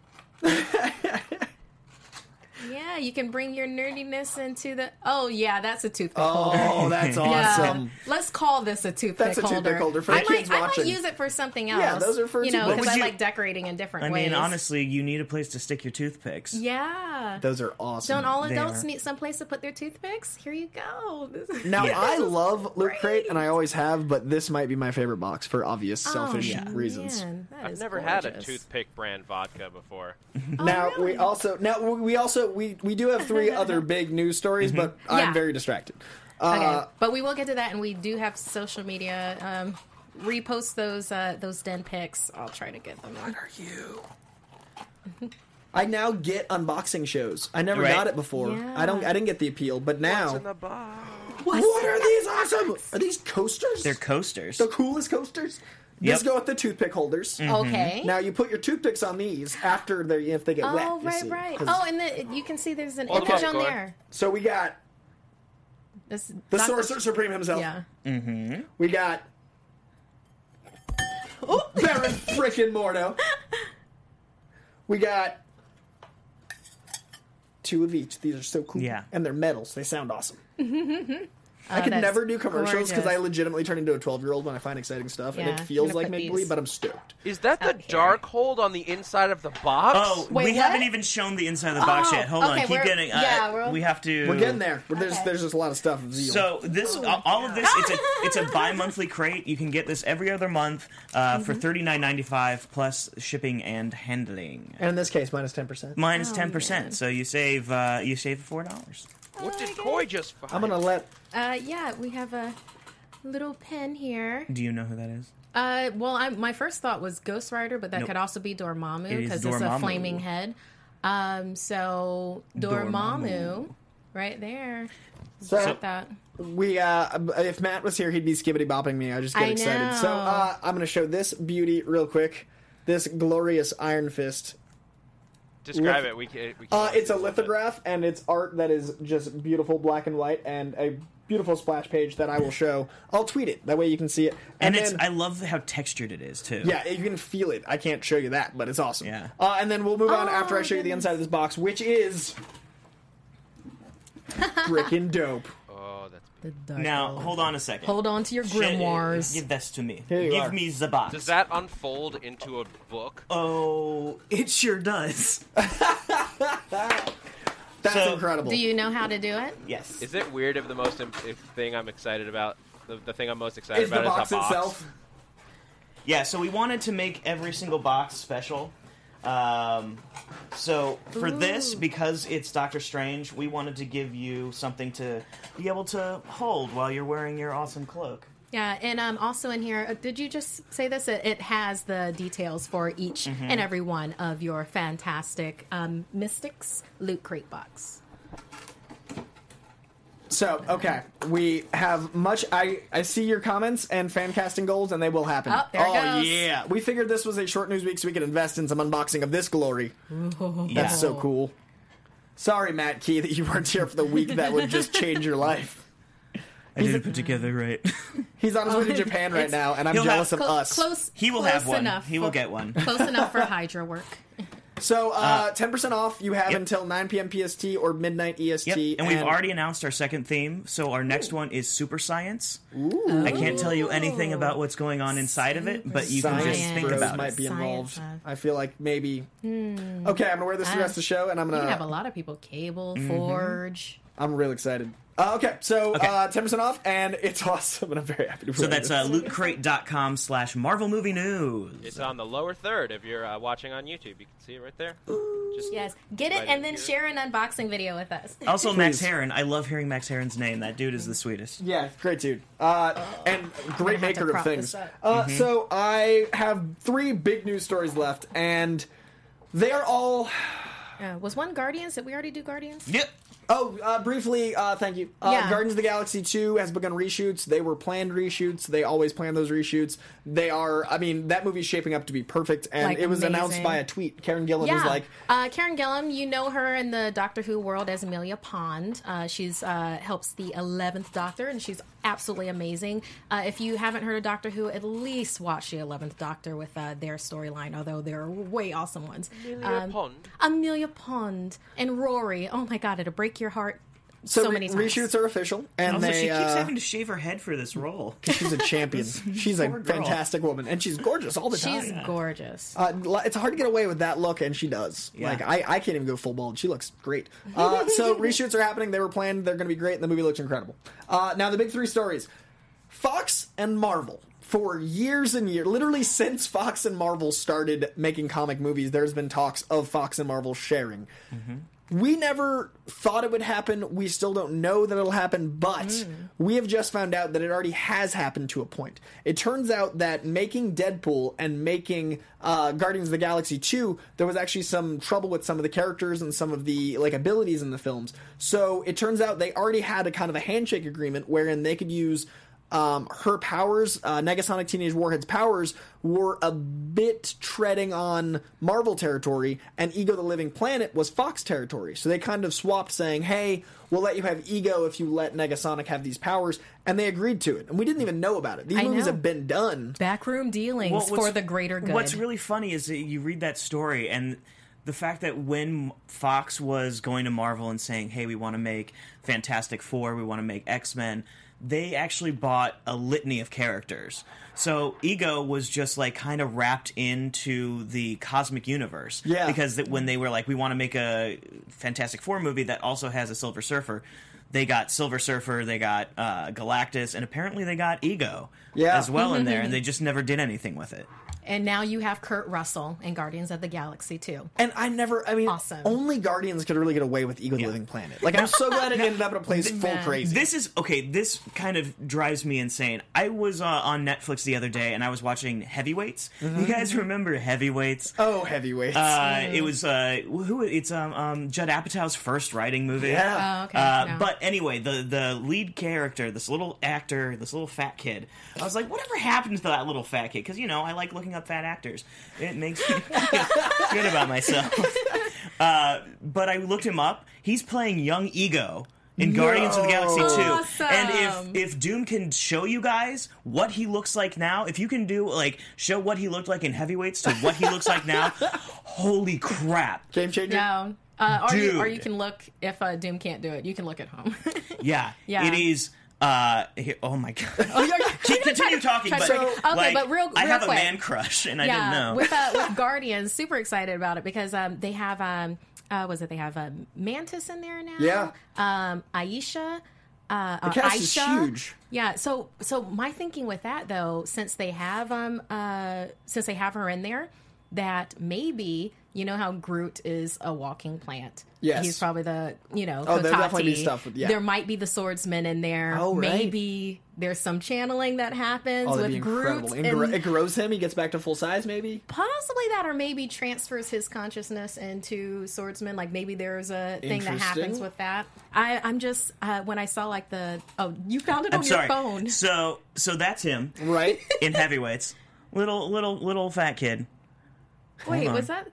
yeah, you can bring your nerdiness into the. Oh yeah, that's a toothpick holder. Oh, that's Yeah. awesome. Let's call this a toothpick That's a holder. toothpick holder for I the might, kids I might watching. use it for something else. Yeah, those are for you know toothpicks. because Would I you- like decorating in different I ways. mean, honestly, you need a place to stick your toothpicks. Yeah. Those are awesome. Don't all They adults are. need someplace to put their toothpicks? Here you go. This is- Now Yeah. I This is love Loot great. Crate, and I always have, but this might be my favorite box for obvious selfish Oh, reasons. man, that I've is never had a gorgeous. toothpick brand vodka before. Now Oh, really? we also now we we also we we do have three other big news stories, but I'm Mm-hmm. Yeah. very distracted. Uh, Okay, but we will get to that, and we do have social media. Um, repost those uh, those den pics. I'll try to get them. in. Are you? I now get unboxing shows. I never Right. got it before. Yeah. I don't. I didn't get the appeal, but now. box? what? What are these awesome? Are these coasters? They're coasters. the coolest coasters. Yep. Mm. These go with the toothpick holders. Okay. Now you put your toothpicks on these after they if they get wet. oh you right, see, right. 'cause- Oh, and the, you can see there's an Hold 'em image up, on Gord. there. So we got This the Doc- Sorcerer Supreme himself. Yeah. We got Baron frickin' Mordo. We got two of each. These are so cool. Yeah. And they're metals. They sound awesome. I that's can never do commercials because I gorgeous. legitimately turn into a 12 year old when I find exciting stuff Yeah, and it I'm feels gonna like put make these. believe, but I'm stoked. Is that the Out here. dark hold on the inside of the box? Oh, Wait, we what? haven't even shown the inside of the box Oh, yet. Hold okay, on, keep we're- getting. Uh, yeah, we're- we have to. We're getting there. But there's, Okay. there's just a lot of stuff. of Zeal. So this, Oh, all of this, it's a it's a bi-monthly crate. You can get this every other month uh, for Mm-hmm. thirty nine ninety five plus shipping and handling, and in this case, minus 10%. minus Oh, ten percent. man. So you save uh, you save four dollars. what did Koi just find? I'm going to let. Uh, yeah, we have a little pen here. Do you know who that is? Uh, well, I, my first thought was Ghost Rider, but that Nope. could also be Dormammu It is because it's a Dormammu. flaming head. Um, so Dormammu, Dormammu. right there. So, Like that. We, uh, if Matt was here, he'd be skibbity bopping me. I just get I excited. know. So uh, I'm going to show this beauty real quick. This glorious Iron Fist. Describe Lith- it. We can. We can Uh, it's a lithograph, and it's art that is just beautiful black and white, and a beautiful splash page that I will show. I'll tweet it. That way you can see it. And, it's then- I love how textured it is too. yeah, you can feel it. I can't show you that, but it's awesome. Yeah. Uh, and then we'll move on Oh, after I show you the goodness. inside of this box, which is freaking dope. Oh, that's. The dark Now hold on a second. Hold on to your Shit, grimoires. Give this to me. Here you give are. me the box. Does that unfold into a book? Uh, Oh, it sure does. That's So- incredible. Do you know how to do it? yes. Is it weird if the most imp- if thing I'm excited about, the, the thing I'm most excited is the about box is a box? itself? Yeah, so we wanted to make every single box special. Um, so for this, because it's Doctor Strange, we wanted to give you something to be able to hold while you're wearing your awesome cloak. Yeah, and um, also in here, uh, did you just say this? It, it has the details for each Mm-hmm. and every one of your fantastic um, Mystics Loot Crate box. So okay, we have much. I I see your comments and fan casting goals, and they will happen. Oh, there it oh goes. yeah, we figured this was a short news week, so we could invest in some unboxing of this glory. That's so cool. Sorry, Matt Key, that you weren't here for the week that would just change your life. I didn't put together right. He's on his way to Japan right Oh, It's- now, and I'm You'll jealous have of Clo- us. Close. He will close have one. Enough He will for- get one. Close enough for Hydra work. So uh, 10% off. You have yep. until 9 p.m. PST or midnight E EST. Yep. And we've already announced our second theme, so our next one is Super Science. I can't tell you anything about what's going on inside of it, but you can just science think bros about might it. be involved. Science, huh? Hmm. Ah. I feel like Uh, maybe. Okay, I'm gonna wear this the rest of the show, and I'm You gonna mm-hmm. can have a lot of people. Cable, Forge. I'm real excited. Uh, okay, so Okay. uh, 10% off, and it's awesome, and I'm very happy to So that's uh, lootcrate.com slash Marvel Movie News. It's on the lower third. If you're uh, watching on YouTube, you can see it right there. Just Yes, get it Right and then here. share an unboxing video with us. Also, Max Heron. I love hearing Max Heron's name. That dude is the sweetest. Yeah, great dude. Uh, and great I'm gonna have to maker of prop things. this up. Uh, Mm-hmm. So I have three big news stories left, and they are all. Uh, was one Guardians? Did we already do Guardians? Yep. Oh, uh, briefly, uh, thank you. Uh, Yeah. Guardians of the Galaxy 2 has begun reshoots. They were planned reshoots. They always plan those reshoots. They are, I mean, that movie's shaping up to be perfect, and Like, it was announced amazing. by a tweet. Karen Gillan was like, uh, Karen Gillum, you know her in the Doctor Who world as Amelia Pond. Uh, she's uh, helps the Eleventh Doctor, and she's absolutely amazing. Uh, if you haven't heard of Doctor Who, at least watch the Eleventh Doctor with uh, their storyline, although there are way awesome ones. Amelia um, Pond. Amelia Pond and Rory. Oh my God, it'll break your heart so, so, re- many times. reshoots are official, and Also, they, she keeps uh, having to shave her head for this role. she's a champion. she's a Poor girl. fantastic woman, and she's gorgeous all the time. She's gorgeous. Uh, li- it's hard to get away with that look, and she does. Yeah. Like I, I can't even go full bald. She looks great. Uh, so reshoots are happening. They were planned. They're going to be great, and the movie looks incredible. Uh, now the big three stories: Fox and Marvel. For years and years, literally since Fox and Marvel started making comic movies, there's been talks of Fox and Marvel sharing. We never thought it would happen. We still don't know that it'll happen, but we have just found out that it already has happened to a point. It turns out that making Deadpool and making uh, Guardians of the Galaxy 2, there was actually some trouble with some of the characters and some of the like abilities in the films. So it turns out they already had a kind of a handshake agreement wherein they could use um, her powers, uh, Negasonic Teenage Warhead's powers, were a bit treading on Marvel territory, and Ego the Living Planet was Fox territory. So they kind of swapped, saying, hey, we'll let you have Ego if you let Negasonic have these powers, and they agreed to it. And we didn't even know about it. These I movies know. have been done. Backroom dealings Well, what's- for the greater good. What's really funny is that you read that story and the fact that when Fox was going to Marvel and saying, "Hey, we want to make Fantastic Four, we want to make X Men," they actually bought a litany of characters. So Ego was just like kind of wrapped into the cosmic universe, Yeah. Because that when they were like, "We want to make a Fantastic Four movie that also has a Silver Surfer." They got Silver Surfer, they got uh, Galactus, and apparently they got Ego Yeah. as well in there, and they just never did anything with it. and now you have Kurt Russell and Guardians of the Galaxy too. And I never, I mean, Awesome. only Guardians could really get away with Ego the Living Planet. Like, I'm so glad it ended up in a place full Man. crazy. This is okay. This kind of drives me insane. I was uh, on Netflix the other day and I was watching Heavyweights. You guys remember Heavyweights? oh, heavyweights. Uh, it was uh, who? It's um, um, Judd Apatow's first writing movie. yeah. Oh, okay. Uh, no. But anyway, the the lead character, this little actor, this little fat kid. I was like, whatever happened to that little fat kid? Because you know, I like looking up fat actors. It makes me feel good about myself. Uh, but I looked him up. He's playing young Ego. In Guardians of the Galaxy 2. Awesome. And if, if Doom can show you guys what he looks like now, if you can do, like, show what he looked like in Heavyweights to what he looks like now, holy crap. Game changer. No. Uh, or, you, or Dude. you can look if uh, Doom can't do it. You can look at home. Yeah. Yeah. It is. Uh, here- oh my god. Keep continue talking, try but to break it. Okay, like, but real- I real have quick. a man crush, and I yeah, didn't know. with uh, with Guardians, super excited about it because um, they have um, uh, was it they have um, Mantis in there now? Yeah. um, Aisha. Uh, the cast is huge. Yeah, so so my thinking with that though, since they have um uh since they have her in there, that maybe you know how Groot is a walking plant. Yes. he's probably the you know. Oh, there'll Kotati. definitely be stuff with- yeah. There might be the swordsman in there. Oh, right. maybe there's some channeling that happens Oh, that'd be with Groot. incredible. It and- gro- it grows him. He gets back to full size, maybe. possibly that or maybe transfers his consciousness into swordsman like maybe there's a thing that happens Interesting. with that I, i'm just uh, when i saw like the oh you found it I'm on sorry. your phone So, so that's him Right? in heavyweights. little, little, little fat kid. wait on. was that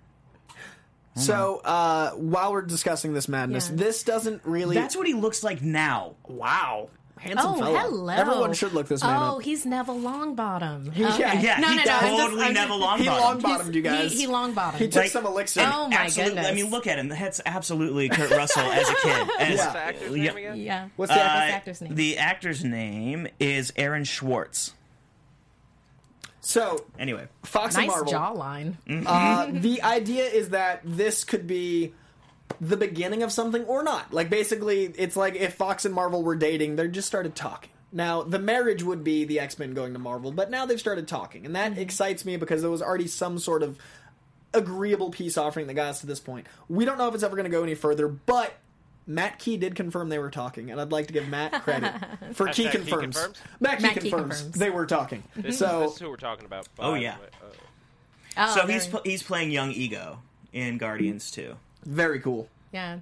so, uh, while we're discussing this madness, Yeah. this doesn't really. That's what he looks like now. wow. Handsome oh fella. hello Everyone should look this man oh up. he's neville longbottom Yeah, Okay. Yeah, no he no no I'm just- totally I'm just- He Neville long Longbottom. bottomed you guys. he, he longbottom He took Like- some elixir. oh my absolutely. goodness I mean, look at him. That's absolutely Kurt Russell as a kid. As, Uh, Yeah. The actor's Yeah. name again? yeah What's uh, the actor's name? The actor's name is Aaron Schwartz. So, Anyway, Fox nice and Marvel. Mm. jawline Uh, the idea is that this could be the beginning of something or not. Like basically, it's like if Fox and Marvel were dating, they just started talking. Now the marriage would be the X Men going to Marvel, but now they've started talking, and Mm-hmm. that excites me because there was already some sort of agreeable peace offering that got us to this point. We don't know if it's ever going to go any further, but Matt Key did confirm they were talking, and I'd like to give Matt credit for Key Hashtag Key confirms. confirms? Matt, Matt Key, Key confirms. confirms. they were talking. This, so this is who we're talking about. by Oh, the yeah. way. Uh, Oh, so very- he's pl- he's playing young Ego in Guardians too. very cool. yeah.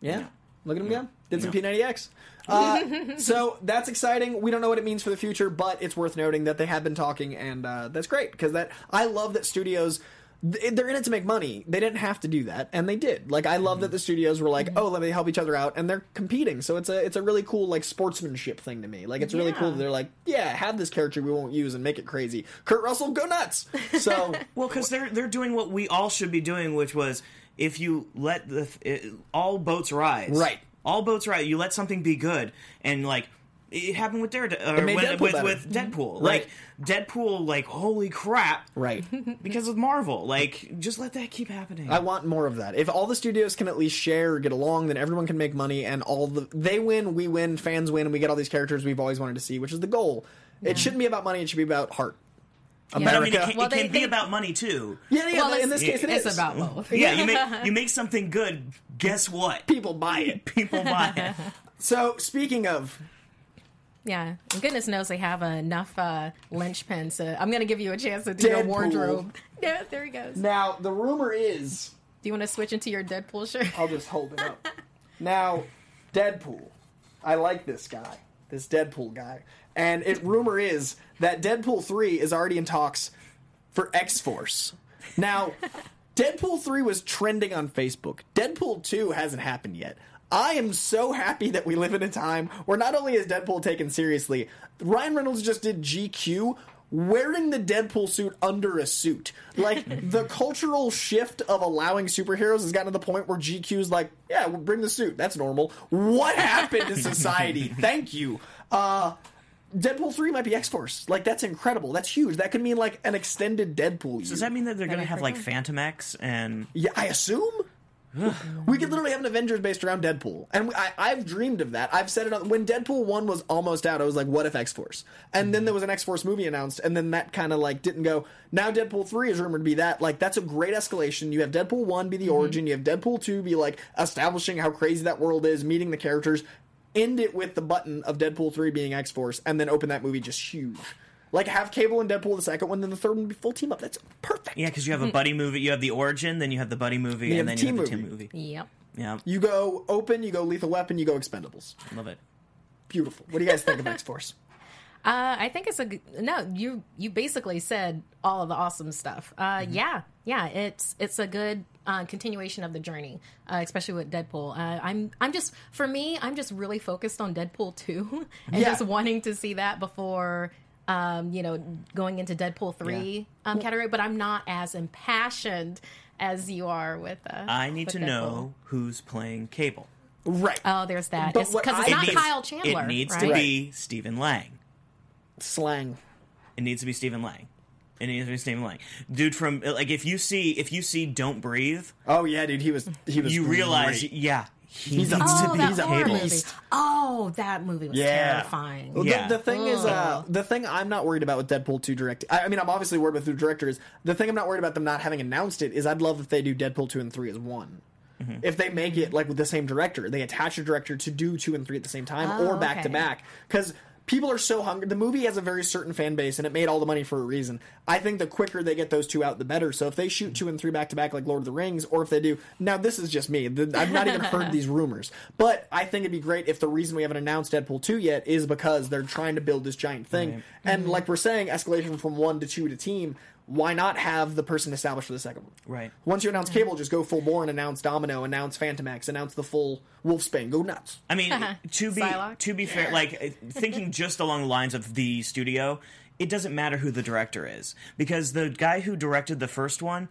Yeah. Look at him go. Did some Yeah. P90X. Uh, so that's exciting. We don't know what it means for the future, but it's worth noting that they have been talking, and uh, that's great because that I love that studios th- they're in it to make money. They didn't have to do that, and they did. Like I love that the studios were like, "Oh, let me help each other out," and they're competing. So it's a it's a really cool like sportsmanship thing to me. Like it's really cool Yeah. that they're like, "Yeah, have this character we won't use and make it crazy." Kurt Russell, go nuts! So Well, because they're they're doing what we all should be doing, which was if you let the it, all boats rise, Right. All boats rise. You let something be good, and like it happened with Daredevil, or made when- Deadpool with, better. Mm-hmm. with Deadpool. Right. Like Deadpool, like holy crap, right. Because of Marvel, like just let that keep happening. I want more of that. If all the studios can at least share or get along, then everyone can make money, and all the they win, we win, fans win, and we get all these characters we've always wanted to see, which is the goal. It shouldn't be about money; it should be about heart. but I mean, it America. can, Well, it can they- be they- about money too. Yeah, yeah. Well, in this case, it it's is Mm. about both. Yeah, you make you make something good. Guess what? people buy it. People buy it. So speaking of, Yeah, and goodness knows they have enough uh, linchpins. So I'm going to give you a chance to do your Deadpool. wardrobe. Yeah, there he goes. now the rumor is, Do you want to switch into your Deadpool shirt? I'll just hold it up. Now, Deadpool. I like this guy, this Deadpool guy, and it rumor is that Deadpool three is already in talks for X Force. Now, Deadpool 3 was trending on Facebook. Deadpool 2 hasn't happened yet. I am so happy that we live in a time where not only is Deadpool taken seriously, Ryan Reynolds just did GQ wearing the Deadpool suit under a suit. Like, the cultural shift of allowing superheroes has gotten to the point where GQ's like, yeah, well, bring the suit. That's normal. What happened to society? Thank you. Uh, Deadpool 3 might be X Force. Like, that's incredible. That's huge. That could mean, like, an extended Deadpool. Does that mean that they're going to have like Phantom X and Yeah, I assume. we could literally have an Avengers based around Deadpool, and I, I've dreamed of that. I've said it on when Deadpool one was almost out. I was like, "What if X Force?" And then there was an X Force movie announced, and then that kind of like didn't go. Now Deadpool three is rumored to be that. Like, that's a great escalation. You have Deadpool one be the origin. You have Deadpool two be like establishing how crazy that world is, meeting the characters. End it with the button of Deadpool three being X Force, and then open that movie just huge. Like have Cable and Deadpool the second one, then the third one would be full team up. That's perfect. Yeah, because you have a buddy movie. You have the origin, then you have the buddy movie, You and have then the you have the team team movie. yep. Yeah, You go open, you go lethal weapon, you go expendables. love it. Beautiful. What do you guys think of X Force? Uh, I think it's a g- no. You you basically said all of the awesome stuff. Uh, Mm-hmm. Yeah, yeah. It's it's a good uh, continuation of the journey, uh, especially with Deadpool. Uh, I'm I'm just for me, I'm just really focused on Deadpool two and Yeah. just wanting to see that before. Um, you know, going into Deadpool three um, category, but I'm not as impassioned as you are with. Uh, I need with to Deadpool. know who's playing Cable. Right. Oh, there's that. But Because what it's, 'cause it's I- It not needs- Kyle Chandler. It needs right? to be Stephen Lang. Slang. It needs to be Stephen Lang. It needs to be Stephen Lang, dude. From like, if you see if you see Don't Breathe, Oh yeah, dude. He was. He was. you realize, great. yeah, he He's a- needs Oh, to be that He's a horror Cable. movie. Oh, that movie was Yeah. terrifying. Oh. Well, the- Yeah. The, thing is, uh, Ugh. the thing I'm not worried about with Deadpool 2 direct. I, I mean, I'm obviously worried with the director is the thing I'm not worried about them not having announced it is I'd love if they do Deadpool 2 and 3 as one. Mm-hmm. If they make it like with the same director, they attach a director to do 2 and 3 at the same time Oh, or back to okay. back cuz people are so hungry. The movie has a very certain fan base and it made all the money for a reason. I think the quicker they get those two out the better. So if they shoot 2 and 3 back to back like Lord of the Rings or if they do Now this is just me. The- I've not even heard these rumors. But I think it'd be great if the reason we haven't announced Deadpool 2 yet is because they're trying to build this giant thing. And like we're saying, escalation from 1 to 2 to team, why not have the person established for the second one? Right. Once you announce Cable, just go full bore and announce Domino, announce Phantom X, announce the full Wolfsbane. Go nuts. I mean, to be Psylocke? to be fair, like uh, thinking just along the lines of the studio, it doesn't matter who the director is because the guy who directed the first one,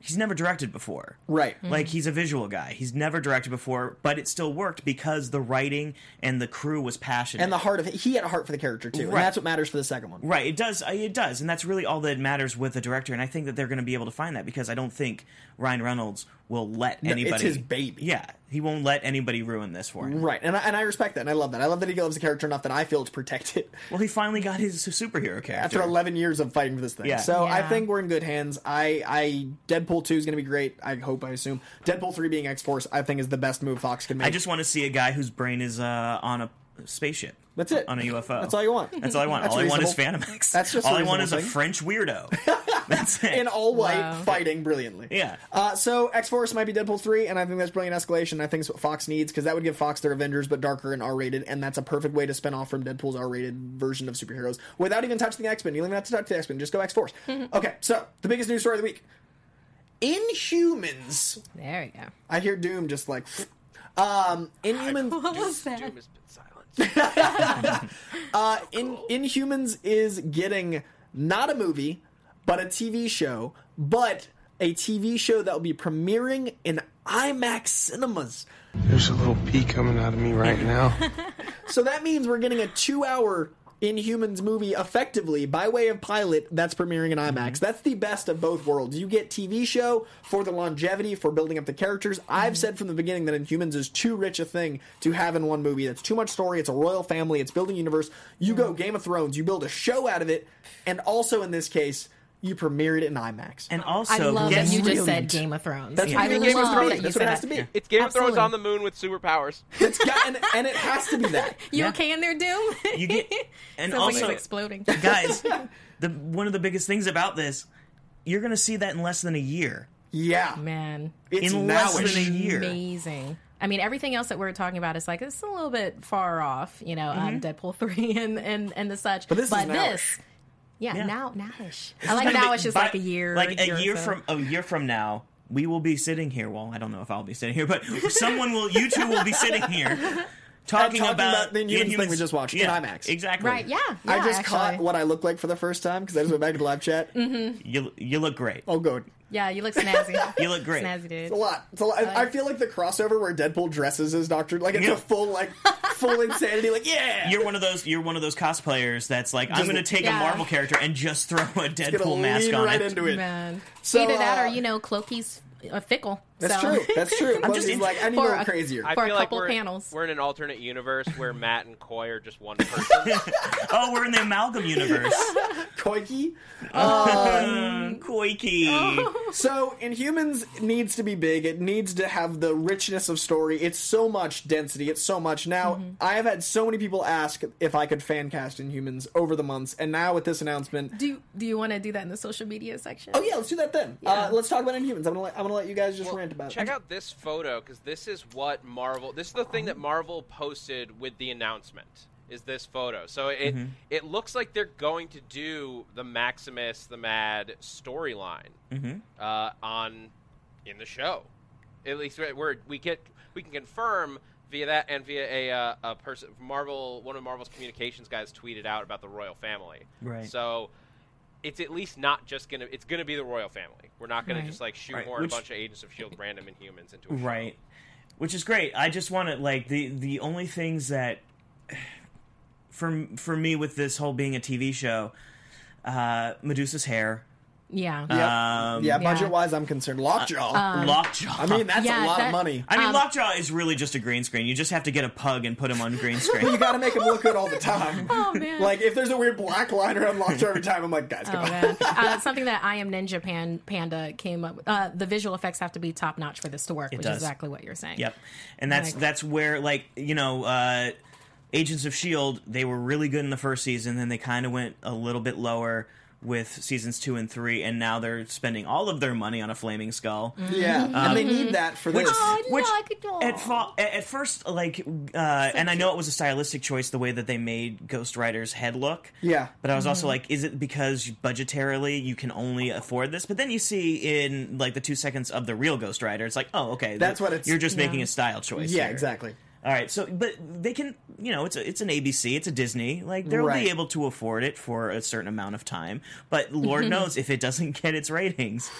he's never directed before. Right. Like he's a visual guy. He's never directed before, but it still worked because the writing and the crew was passionate. And the heart of it, he had a heart for the character too, and Right. that's what matters for the second one. Right, it does. uh, It does, and that's really all that matters with the director. And I think that they're going to be able to find that because I don't think Ryan Reynolds will let it's anybody. his baby. Yeah, he won't let anybody ruin this for him. Right, and I, and I respect that, and I love that. I love that he loves the character enough that I feel it's protected Well, he finally got his superhero character after 11 years of fighting for this thing. Yeah. So I Yeah. think we're in good hands. I, I Deadpool 2 is going to be great. I hope, I assume. Deadpool 3 being X-Force, I think is the best move Fox can make. I just want to see a guy whose brain is uh, on a spaceship. That's it. On a UFO. That's all you want. That's all I want. That's all I want reasonable. is Phantomex. That's just a all I want is a reasonable thing. French weirdo. That's it. in all white, Wow. fighting brilliantly. Yeah. Uh, so X Force might be Deadpool three, and I think that's brilliant escalation. I think it's what Fox needs because that would give Fox their Avengers, but darker and R rated, and that's a perfect way to spin off from Deadpool's R rated version of superheroes without even touching the X Men. You don't even have to touch the X Men. Just go X Force. okay. So the biggest news story of the week: Inhumans. There we go. I hear Doom just like. Um, Inhumans. What was that? Doom has been silenced. In Inhumans is getting not a movie, but a TV show, but a TV show that will be premiering in IMAX cinemas. There's a little pee coming out of me right now. So that means we're getting a two-hour Inhumans movie, effectively by way of pilot, that's premiering in Mm-hmm. IMAX. That's the best of both worlds. You get TV show for the longevity, for building up the characters. Mm-hmm. I've said from the beginning that Inhumans is too rich a thing to have in one movie. That's too much story. It's a royal family. It's building universe. You Mm-hmm. go Game of Thrones. You build a show out of it, and also in this case, you premiered it in IMAX. and I also, love yes, that you just brilliant. said Game of Thrones. that's I what love Game of Thrones. that That's you what said it has that. to be. it's Game of Absolutely. Thrones on the moon with superpowers. It's got, and, and it has to be that. You okay in there, Doom? you get, and Sounds like he's also, exploding. guys, the one of the biggest things about this, you're going to see that in less than a year. Yeah, Man, it's in less nowish. than a year. amazing. I mean, everything else that we're talking about is like it's a little bit far off, you know, um, Deadpool three and and and the such. But Mm-hmm. this is nowish. this- yeah, Yeah. now nowish. I like It's gonna be- nowish is by- like a year, like or a year so. from a year from now. We will be sitting here. Well, I don't know if I'll be sitting here, but someone will. You two will be sitting here talking, about the Inhumans thing Inhumans- we just watched in yeah, IMAX. Exactly. right. Yeah, I yeah, just actually. Mm. caught what I look like for the first time because I just went back to live chat. You you look great. Oh, good. Yeah, you look snazzy. You look great. snazzy, dude. It's a lot. It's a lot. I I feel like the crossover where Deadpool dresses as Doctor, like it's Yeah. a full, like full insanity. Like, yeah, You're one of those. You're one of those cosplayers that's like, I'm Just- going to take Yeah. a Marvel character and just throw a gonna Deadpool mask lean on right it. into it. Man, So, either that or uh, you know, Cloaky's uh, fickle. That's so. true. That's true. I'm just in- like, I need a for little a- crazier. I For a feel like couple we're, panels. we're in an alternate universe where Matt and Coy are just one person. Oh, we're in the amalgam universe. Uh, Koiki. Koiki. So, Inhumans needs to be big. It needs to have the richness of story. It's so much density. It's so much. Now, Mm-hmm. I have had so many people ask if I could fan cast Inhumans over the months, and now with this announcement, Do you, do you want to do that in the social media section? Oh yeah, let's do that then. Uh, let's talk about Inhumans. I'm gonna let, I'm gonna let you guys just Well, rant about check it. out this photo because this is what Marvel. This is the thing that Oh. Marvel posted with the announcement. Is this photo? So it Mm-hmm. it looks like they're going to do the Maximus the Mad storyline Mm-hmm. uh, on in the show. At least we- we're, we get we can confirm via that and via a uh, a person Marvel one of Marvel's communications guys tweeted out about the royal family. Right. So. It's at least not just gonna. It's gonna be the royal family. We're not gonna Right. just like shoehorn Right, which- a bunch of agents of shield E random inhumans into a show. Right. Which is great. I just want to like the the only things that for for me with this whole being a TV show, uh Medusa's hair, yeah, Yeah, um, Uh, yeah. yeah. Uh, Budget wise, I'm concerned. Lockjaw. Lockjaw. I mean, that's yeah, a lot of that- money. I mean, Lockjaw is really just a green screen. You just have to get a pug and put him on green you screen. gotta make him look good all the time. Oh man. like if there's a weird black line around Lockjaw every time, I'm like, guys, come Oh, on. man. uh, something that I am Ninja Pan- Panda came up. Uh, the visual effects have to be top notch for this to work, which does. is exactly what you're saying. yep. And that's Like- that's where like you know. uh Agents of Shield, E they were really good in the first season, then they kind of went a little bit lower with seasons two and three, and now they're spending all of their money on a flaming skull. Yeah, and they need that for this. Oh, Mm. I Um, Which like it all. at, fa- at at first, like, uh, and I know it was a stylistic choice the way that they made Ghost Rider's head look. Yeah. But I was Mm-hmm. also like, is it because budgetarily you can only afford this? But then you see in like the two seconds of the real Ghost Rider, it's like, oh, okay, That's that- what it's- You're just Yeah. making a style choice. yeah, here. exactly. All right, so but they can, you know, it's a, it's an ABC, it's a Disney, like they'll Right. be able to afford it for a certain amount of time. But Lord knows if it doesn't get its ratings,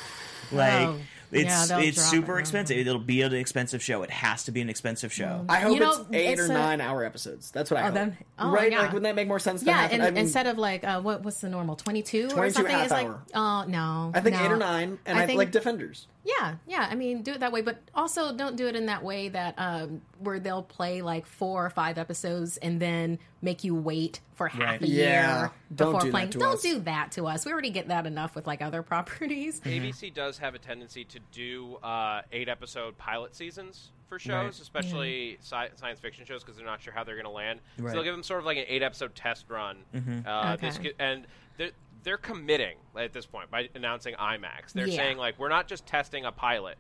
like Oh, yeah, it's they'll it's drop super it, expensive. It'll be an expensive show. It has to be an expensive show. I hope You know, it's eight it's or a- nine hour episodes. That's what I hope. then- oh, right? yeah. Like, wouldn't that make more sense? Than yeah, half, and I mean, instead of like uh, what what's the normal twenty two 22 or something? half it's like hour. oh no, I think no. eight or nine, and I, think- like Defenders. Yeah, yeah. I mean, do it that way, but also don't do it in that way that um, where they'll play like four or five episodes and then make you wait for half Right. a Yeah. year Don't before do that playing. to don't us. do that to us. We already get that enough with like other properties. Mm-hmm. ABC does have a tendency to do uh, eight episode pilot seasons for shows, Right. especially sci- science fiction shows, because they're not sure how they're going to land. So Right. Mm-hmm. they'll give them sort of like an eight episode test run. Uh, this Okay. could, and they're, they're committing at this point by announcing IMAX. They're Yeah. saying, like, we're not just testing a pilot,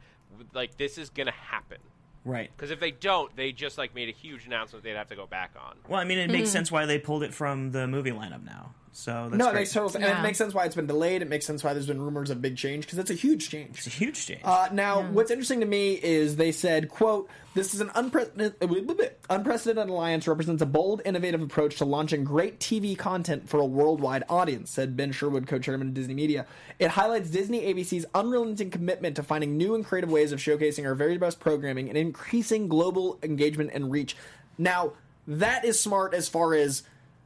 like, this is going to happen. Right. Because if they don't, they just like made a huge announcement they'd have to go back on. Well, I mean, it Mm-hmm. makes sense why they pulled it from the movie lineup now. So that's No, it great. makes total sense. And Yeah. it makes sense why it's been delayed. It makes sense why there's been rumors of big change because it's a huge change. It's a huge change. Uh, now, what's interesting to me is they said, "quote This is an unprecedented, uh, unprecedented alliance represents a bold, innovative approach to launching great TV content for a worldwide audience," said Ben Sherwood, co-chairman of Disney Media. It highlights Disney ABC's unrelenting commitment to finding new and creative ways of showcasing our very best programming and increasing global engagement and reach. Now, that is smart as far as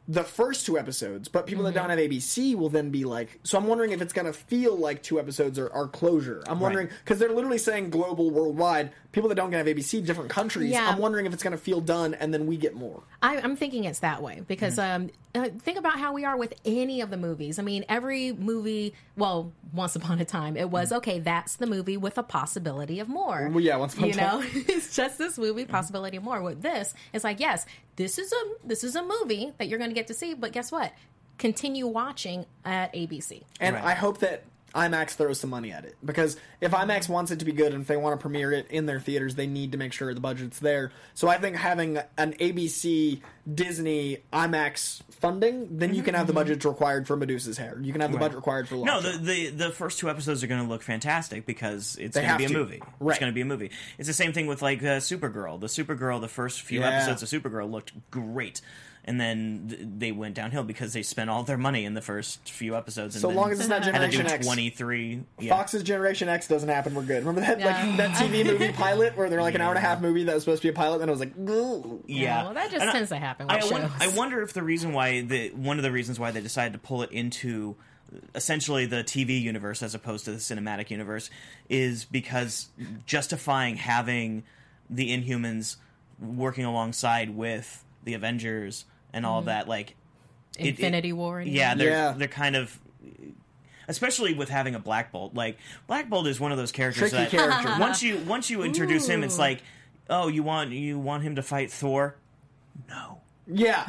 the first two episodes, but people Mm-hmm. that don't have ABC will then be like, so I'm wondering if it's going to feel like two episodes are, are closure. I'm wondering, because they're literally saying global, worldwide, people that don't have ABC, different countries. Yeah. I'm wondering if it's going to feel done and then we get more. I, I'm thinking it's that way because um, uh, think about how we are with any of the movies. I mean, every movie, well, once upon a time, it was okay. That's the movie with a possibility of more. Well, yeah, Once Upon a you Time. know, it's just this movie possibility of more. With this, it's like yes, this is a this is a movie that you're going to get to see, but guess what? Continue watching at ABC. And Right. I hope that IMAX throws some money at it because if IMAX wants it to be good and if they want to premiere it in their theaters, they need to make sure the budget's there. So I think having an ABC Disney IMAX funding, then you can have the budget required for Medusa's hair. You can have the budget required for Mm-hmm. no, Lobster. the, the the first two episodes are going to look fantastic because it's going to have be a to. movie. Right. It's going to be a movie. It's the same thing with like uh, Supergirl. The Supergirl, the first few Yeah. episodes of Supergirl looked great, and then th- they went downhill because they spent all their money in the first few episodes. And So then long as it's not had to Generation do X. twenty three. Yeah. Fox's Generation X doesn't happen. We're good. Remember that Yeah. like that TV movie pilot where they're like an hour and a half movie that was supposed to be a pilot, and it was like, "Goo." Yeah. well, that just And I- tends to happen with I, won- shows. I wonder if the reason why the one of the reasons why they decided to pull it into essentially the TV universe as opposed to the cinematic universe is because justifying having the Inhumans working alongside with the Avengers and all that, like it- it- Mm-hmm. Infinity War and- Yeah, they're Yeah. they're kind of. Especially with having a Black Bolt, like Black Bolt is one of those characters Tricky that character. once you once you introduce him, it's Ooh. like, oh, you want you want him to fight Thor? No, yeah,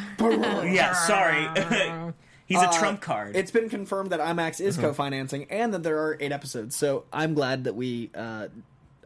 yeah, sorry. He's Uh, a trump card. It's been confirmed that IMAX is co-financing and that there are eight episodes. So I'm glad that we. Uh,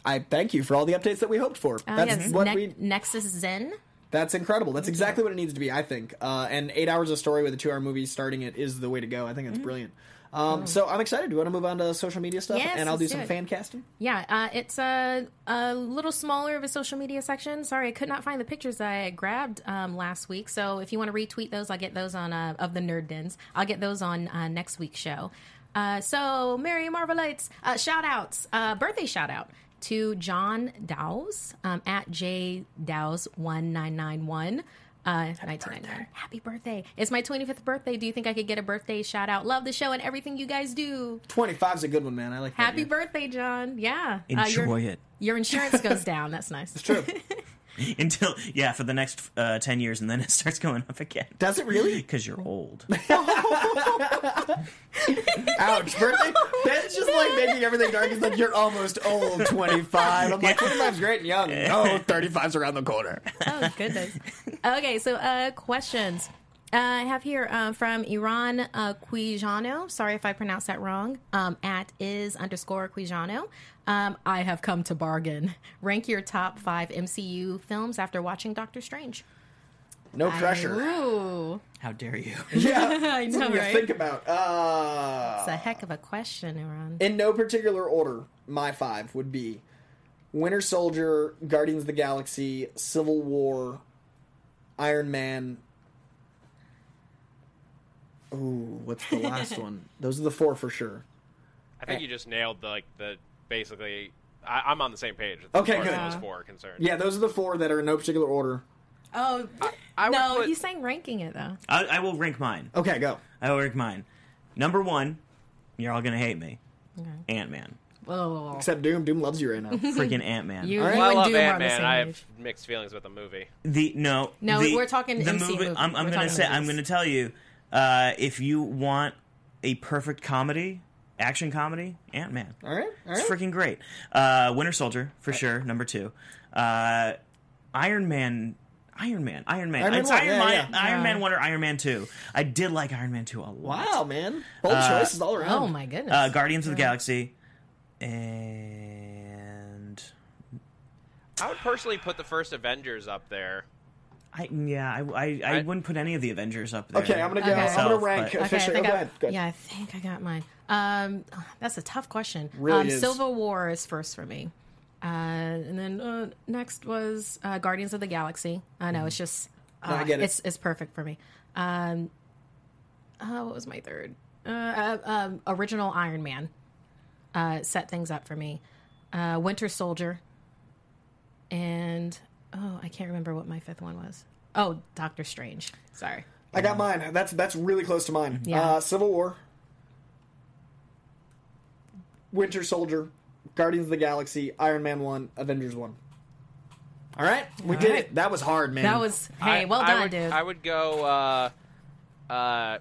I thank you for all the updates that we hoped for. Uh, that's yes, what Ne- we. Nexus Zen. That's incredible. That's exactly what it needs to be. I think. Uh, and eight hours of story with a two-hour movie starting it is the way to go. I Mm-hmm. think it's brilliant. Um, So I'm excited. Do you want to move on to social media stuff? Yes, and I'll let's do do some it. fan casting. Yeah, uh, it's a, a little smaller of a social media section. Sorry, I could not find the pictures that I had grabbed um, last week. So if you want to retweet those, I'll get those on uh, of the Nerd Dens. I'll get those on uh, next week's show. Uh, so Mary Marvelites, uh, shout outs, uh, birthday shout out to John Dowes um, at J Dowes one nine nine one. Uh, 1999. Happy birthday. It's my 25th birthday. Do you think I could get a birthday shout out? Love the show and everything you guys do. 25's a good one, man. I like that. Happy year. birthday, John. Yeah. Uh, your- Enjoy it your insurance goes down. That's nice. It's True. until yeah for the next uh, ten years, and then it starts going up again. Does it really? Because you're old. Ouch. Birthday. Ben's just like making everything dark. He's like, you're almost old, 25. I'm like, 25's great and young. No, 35's around the corner. Oh goodness. okay, so uh, questions. Uh, I have here uh, from Iran uh, Quijano. Sorry if I pronounced that wrong. Um, at is underscore Quijano. Um, I have come to bargain. Rank your top five MCU films after watching Doctor Strange. No pressure. Ooh, How dare you? Yeah. I know, Something to right? think about. Uh, it's a heck of a question, Iran. in no particular order, my five would be Winter Soldier, Guardians of the Galaxy, Civil War, Iron Man. Ooh, what's the last one? Those are the four for sure. I Eh. think you just nailed the, like the basically. I, I'm on the same page. As Okay, far as good. Those four are concerned. Yeah, those are the four that are in no particular order. oh I would no, put- he's saying ranking it though. I, I will rank mine. Okay, go. I will rank mine. Number one, you're all gonna hate me. Ant Man. Oh, Except Doom. Doom loves you right now. Freaking Ant Man. you, All right. you Well, I and love Doom are on Ant the same Man. I page. have mixed feelings about the movie. The no, No, the- we're talking the MC movie. I'm, I'm We're gonna talking say, I'm movies. gonna tell you, uh, if you want a perfect comedy, action comedy, Ant Man. All right, all It's right. freaking great. Uh, Winter Soldier for sure, number two. Uh, Iron Man, Iron Man, Iron Man. Iron Man it's one, Iron, yeah, Man, yeah. Iron Yeah. Man one or Iron Man two. I did like Iron Man two a lot. Wow, man. Uh, Bold choices all around. Oh my goodness. Uh, Guardians of the Galaxy, and I would personally put the first Avengers up there. I yeah, I I, I I- wouldn't put any of the Avengers up there. Okay, I'm gonna go. Okay. I'm gonna Myself, rank but- okay, I officially. think oh, go I, ahead. Go ahead. yeah, I think I got mine. Um, that's a tough question. Really um, is. Civil War is first for me. Uh, and then uh, next was uh, Guardians of the Galaxy. I know it's just uh, Mm-hmm. No, I get it. it's it's perfect for me. Um, uh, what was my third? Uh, uh, um, original Iron Man uh, set things up for me. Uh, Winter Soldier, and oh, I can't remember what my fifth one was. Oh, Doctor Strange. Sorry. I got mine. That's that's really close to mine. Yeah. Uh, Civil War, Winter Soldier, Guardians of the Galaxy, Iron Man one, Avengers one. All right, we did right. it. That was hard, man. That was hey, I- well I done, would, dude. I would go. Uh, uh,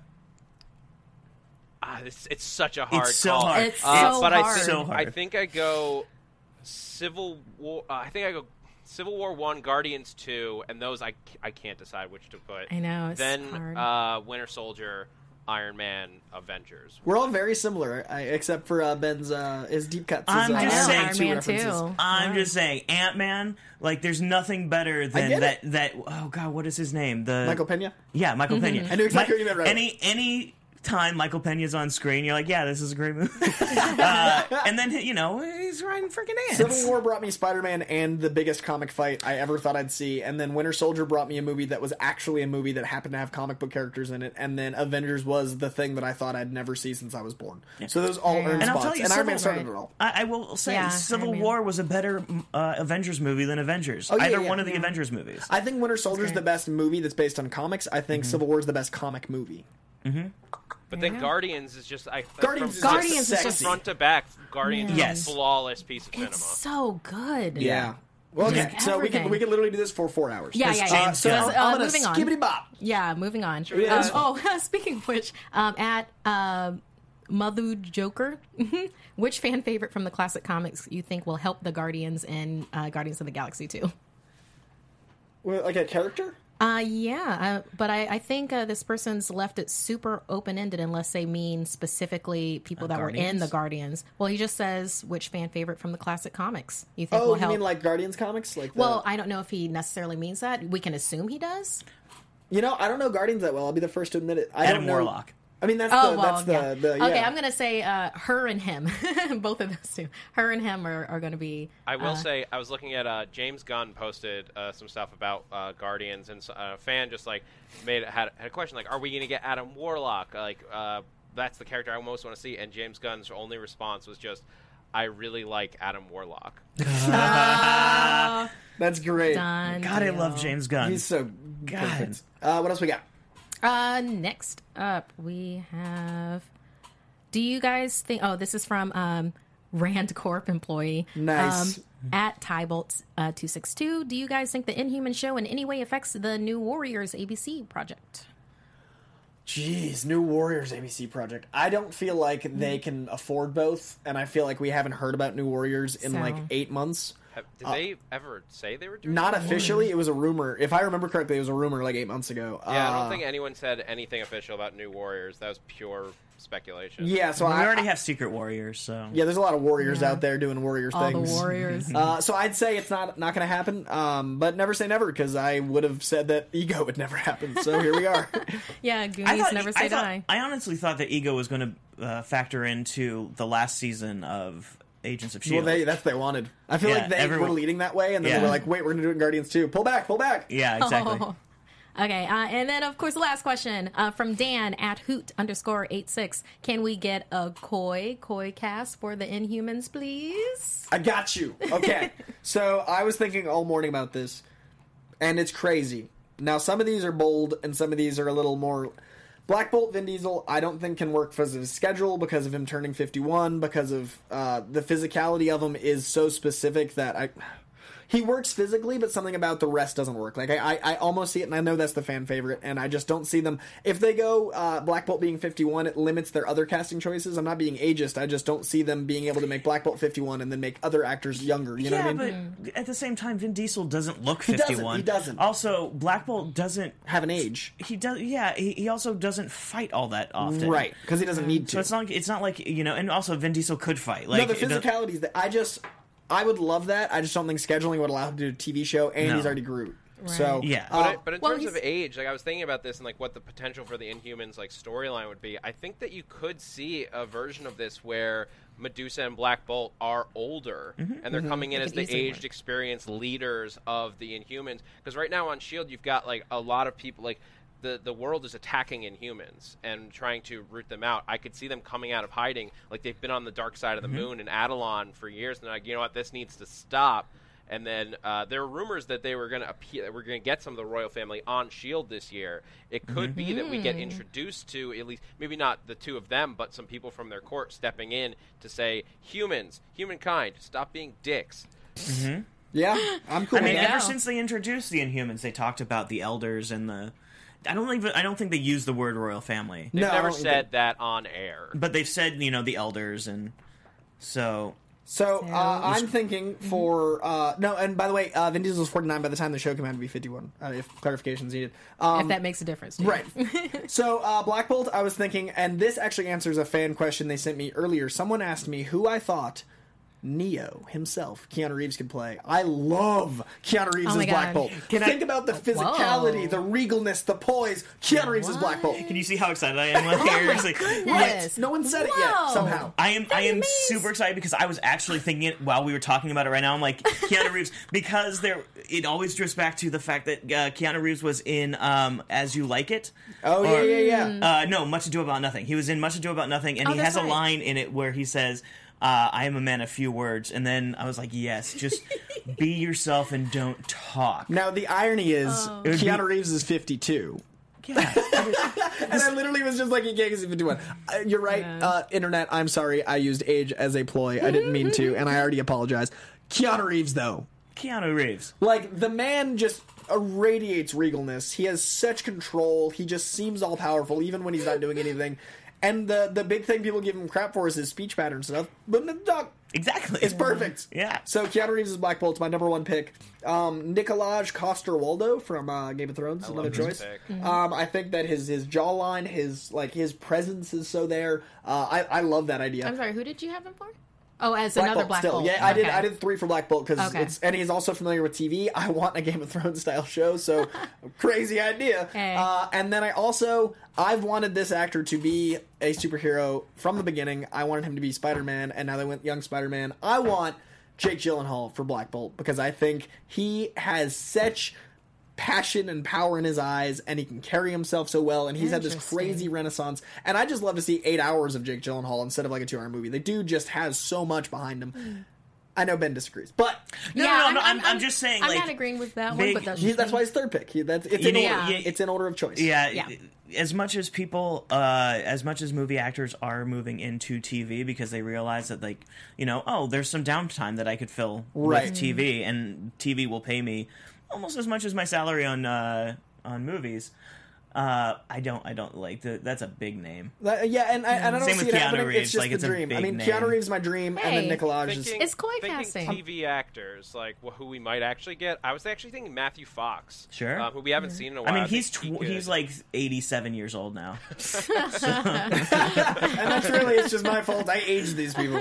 ah, this, it's such a hard It's so call. hard. It's Uh, so but I hard. think, So hard. I think I go Civil War. Uh, I think I go Civil War One, Guardians Two, and those I, c- I can't decide which to put. I know, it's then hard. Uh, Winter Soldier, Iron Man, Avengers. We're all very similar, I, except for uh, Ben's uh, his deep cuts. I'm his, just uh, saying- Iron two Man references. too. I'm Yeah. just saying, Ant Man. Like, there's nothing better get than that. it. That oh god, what is his name? The Michael Pena. Yeah, Michael Pena. Mm-hmm. I knew exactly what you meant right Any any time Michael Pena's on screen, you're like, yeah, this is a great movie. uh, and then you know he's riding freaking ants. Civil War brought me Spider Man and the biggest comic fight I ever thought I'd see, and then Winter Soldier brought me a movie that was actually a movie that happened to have comic book characters in it, and then Avengers was the thing that I thought I'd never see since I was born. So those all earned And I'll spots, tell you, and Iron Civil Man started War- it all. I, I will say, Yeah, Civil Iron Man. War was a better uh, Avengers movie than Avengers. Oh, yeah, Either yeah, one of the yeah. Avengers movies. I think Winter Soldier's great. the best movie that's based on comics. I Mm-hmm. think Civil War is the best comic movie. But then Guardians is just I Guardians is from, just Guardians is sexy. just- front to back. Guardians Yeah. is Yes. a flawless piece of cinema. It's so good. yeah. Well, okay, Like so we can everything. we can literally do this for four hours. Yeah, It's yeah, yeah. Uh, so Gunn. Let's, uh, I'm gonna moving on. skibbity bop. Yeah, moving on. we Um, do- oh, speaking of which, um, at um Mother Joker, which fan favorite from the classic comics you think will help the Guardians in uh, Guardians of the Galaxy 2? Well, Like a character. Uh, yeah, uh, but I, I think uh, this person's left it super open ended unless they mean specifically people that were in Guardians? the Guardians. Well, he just says which fan favorite from the classic comics you think Oh, will you help. mean like Guardians comics? Like the, well, I don't know if he necessarily means that. We can assume he does. you know, I don't know Guardians that well. I'll be the first to admit it. I Adam don't know- Warlock. I mean, that's Oh the well, that's the, yeah. the yeah. Okay, I'm gonna say uh, her and him, both of those two. Her and him are, are gonna be. I Uh-huh. will say I was looking at uh, James Gunn posted uh, some stuff about uh, Guardians, and so- uh, a fan just like made had, had a question like, "Are we going to get Adam Warlock?" Like uh, that's the character I most want to see. And James Gunn's only response was just, "I really like Adam Warlock." That's great. Done God, I deal. love James Gunn. He's so God. perfect. Uh, what else we got? Uh, next up, we have. Do you guys think? Oh, this is from um, Rand Corp employee. Nice. Um, at Tybolt uh, two six two. Do you guys think the Inhuman show in any way affects the New Warriors ABC project? Jeez, New Warriors ABC project. I don't feel like Hmm. they can afford both, and I feel like we haven't heard about New Warriors in So- like eight months. Have, did they ever say they were doing? Uh, Not Hmm. that? officially, it was a rumor. If I remember correctly, it was a rumor like eight months ago. Yeah, I Uh, don't think anyone said anything official about New Warriors. That was pure speculation. Yeah, so we I already have Secret Warriors, so Yeah, there's a lot of warriors Yeah. out there doing warriors All things. the Warriors. Mm-hmm. Uh, so I'd say it's not not going to happen, um, but never say never because I would have said that ego would never happen. So here we are. yeah, Goonies I thought, never I, say thought- die. I honestly thought that Ego was going to uh, factor into the last season of Agents of well, Shield. they that's what they wanted. I feel Yeah, like they everyone- were leading that way, and then Yeah. they were like, "Wait, we're going to do it in Guardians too. Pull back, pull back." yeah, exactly. Oh. Okay, uh, and then of course the last question uh, from Dan at hoot underscore eight six. Can we get a koi koi cast for the Inhumans, please? I got you. Okay. so I was thinking all morning about this, and it's crazy. Now, some of these are bold, and some of these are a little more. Black Bolt Vin Diesel, I don't think can work because of his schedule, because of him turning 51, because of uh, the physicality of him is so specific that I. He works physically, but something about the rest doesn't work. Like, I, I, I almost see it, and I know that's the fan favorite, and I just don't see them. If they go uh, Black Bolt being 51, it limits their other casting choices. I'm not being ageist, I just don't see them being able to make Black Bolt 51 and then make other actors younger. You know what I yeah, mean? but at the same time, Vin Diesel doesn't look doesn't, 51. he doesn't. Also, Black Bolt doesn't. Have an age. He does. Yeah, he, he also doesn't fight all that often. Right, because he doesn't need to. So it's not. Like, it's not like you know. And also, Vin Diesel could fight. Like no, the it does- physicality is that I just I would love that. I just don't think scheduling would allow him to do a TV show, and No. he's already Groot. So Yeah. uh, But, But I- but in Well, terms of he's- age, like I was thinking about this and like what the potential for the Inhumans like storyline would be. I think that you could see a version of this where Medusa and Black Bolt are older and they're coming in Mm-hmm. They as could the easily aged, experienced leaders of the Inhumans. Because right now on Shield, E you've got like a lot of people like. The, the world is attacking Inhumans and trying to root them out. I could see them coming out of hiding, like they've been on the dark side of Mm-hmm. the moon in Adelon for years, and they're like, you know what, this needs to stop. And then uh, there were rumors that they were going to appear, that we're going to get some of the royal family on Shield E this year. It could be that we Mm-hmm. get introduced to at least maybe not the two of them, but some people from their court stepping in to say, "Humans, humankind, stop being dicks." yeah, I'm cool. I mean, with that. Yeah. ever since they introduced the Inhumans, they talked about the elders and the. I don't even. I don't think they use the word royal family, No, They've I never don't said that on air. but they've said you know the elders and so so uh, I'm thinking for uh, no. And by the way, uh, Vin Diesel's 49 by the time the show came out. It'd be 51 uh, if clarification's needed. Um, if that makes a difference. dude. Right. so, uh, Black Bolt, I was thinking, and this actually answers a fan question they sent me earlier. Someone asked me who I thought Neo himself, Keanu Reeves, could play. I love Keanu Reeves Oh my as Black God. Bolt. Can I- Think about the physicality, Whoa. the regalness, the poise. Keanu Reeves is Black Bolt. Can you see how excited I am? Oh Like, seriously. goodness. No one said it yet, Whoa. somehow. I am I That's am amazing. super excited because I was actually thinking it while we were talking about it right now. I'm like Keanu Reeves because there it always drifts back to the fact that uh, Keanu Reeves was in um, As You Like It. Oh, yeah, Or- yeah, Mm. yeah. Uh, no, Much Ado About Nothing. He was in Much Ado About Nothing, and Oh, he that's has a right. line in it where he says, uh, "I am a man of few words," and then I was like, "Yes, just be yourself and don't talk." Now, the irony is, Oh. would be- Keanu Reeves is 52. Yeah. And I literally was just like, you can't see 51. Uh, You're right, uh, internet. I'm sorry. I used age as a ploy. I didn't mean to, and I already apologize. Keanu Reeves, though. Keanu Reeves. Like, the man just irradiates regalness. He has such control. He just seems all powerful, even when he's not doing anything. And the, the big thing people give him crap for is his speech pattern stuff. But the dog Exactly. is perfect. Yeah. So Keanu Reeves is Black Bolt's my number one pick. Um, Nicolaj Coster Waldo from uh, Game of Thrones, another this choice. pick. Um, I think that his his jawline, his like his presence is so there. Uh, I I love that idea. I'm sorry. Who did you have him for? Oh, as another Bolt Black still. Bolt. Yeah, I did. Okay. I did three for Black Bolt because Okay. it's and he's also familiar with TV. I want a Game of Thrones style show, so crazy idea. Hey. Uh, and then I also I've wanted this actor to be a superhero from the beginning. I wanted him to be Spider Man, and now they went young Spider Man. I want Jake Gyllenhaal for Black Bolt because I think he has such passion and power in his eyes and he can carry himself so well and he's had this Interesting. crazy renaissance and i just love to see eight hours of jake gyllenhaal instead of like a two-hour movie the dude just has so much behind Hmm. him i know ben disagrees but No, no, no, I'm- I'm- I'm just saying, I'm like, not agreeing with that big- one, but that's, he, that's why his third pick he, that's it's You in know- order yeah. it's in order of choice Yeah, Yeah. As much as people, uh, as much as movie actors are moving into TV because they realize that, like, you know, oh, there's some downtime that I could fill Right. with TV, and TV will pay me almost as much as my salary on uh, on movies. Uh, I don't, I don't like the, that's a big name. That- yeah and i, and I don't Same see with it Keanu happening Reeves, it's just like, the it's a dream i big mean name. keanu reeves is my dream and Hey. then nicolaj is Thinking, It's koi thinking casting. TV actors, like wh- who we might actually get. I was actually thinking Matthew Fox, Sure. um, who we haven't seen in a while. I mean, think he's he tw- could- he's like 87 years old now. and that's really it's just my fault i aged these people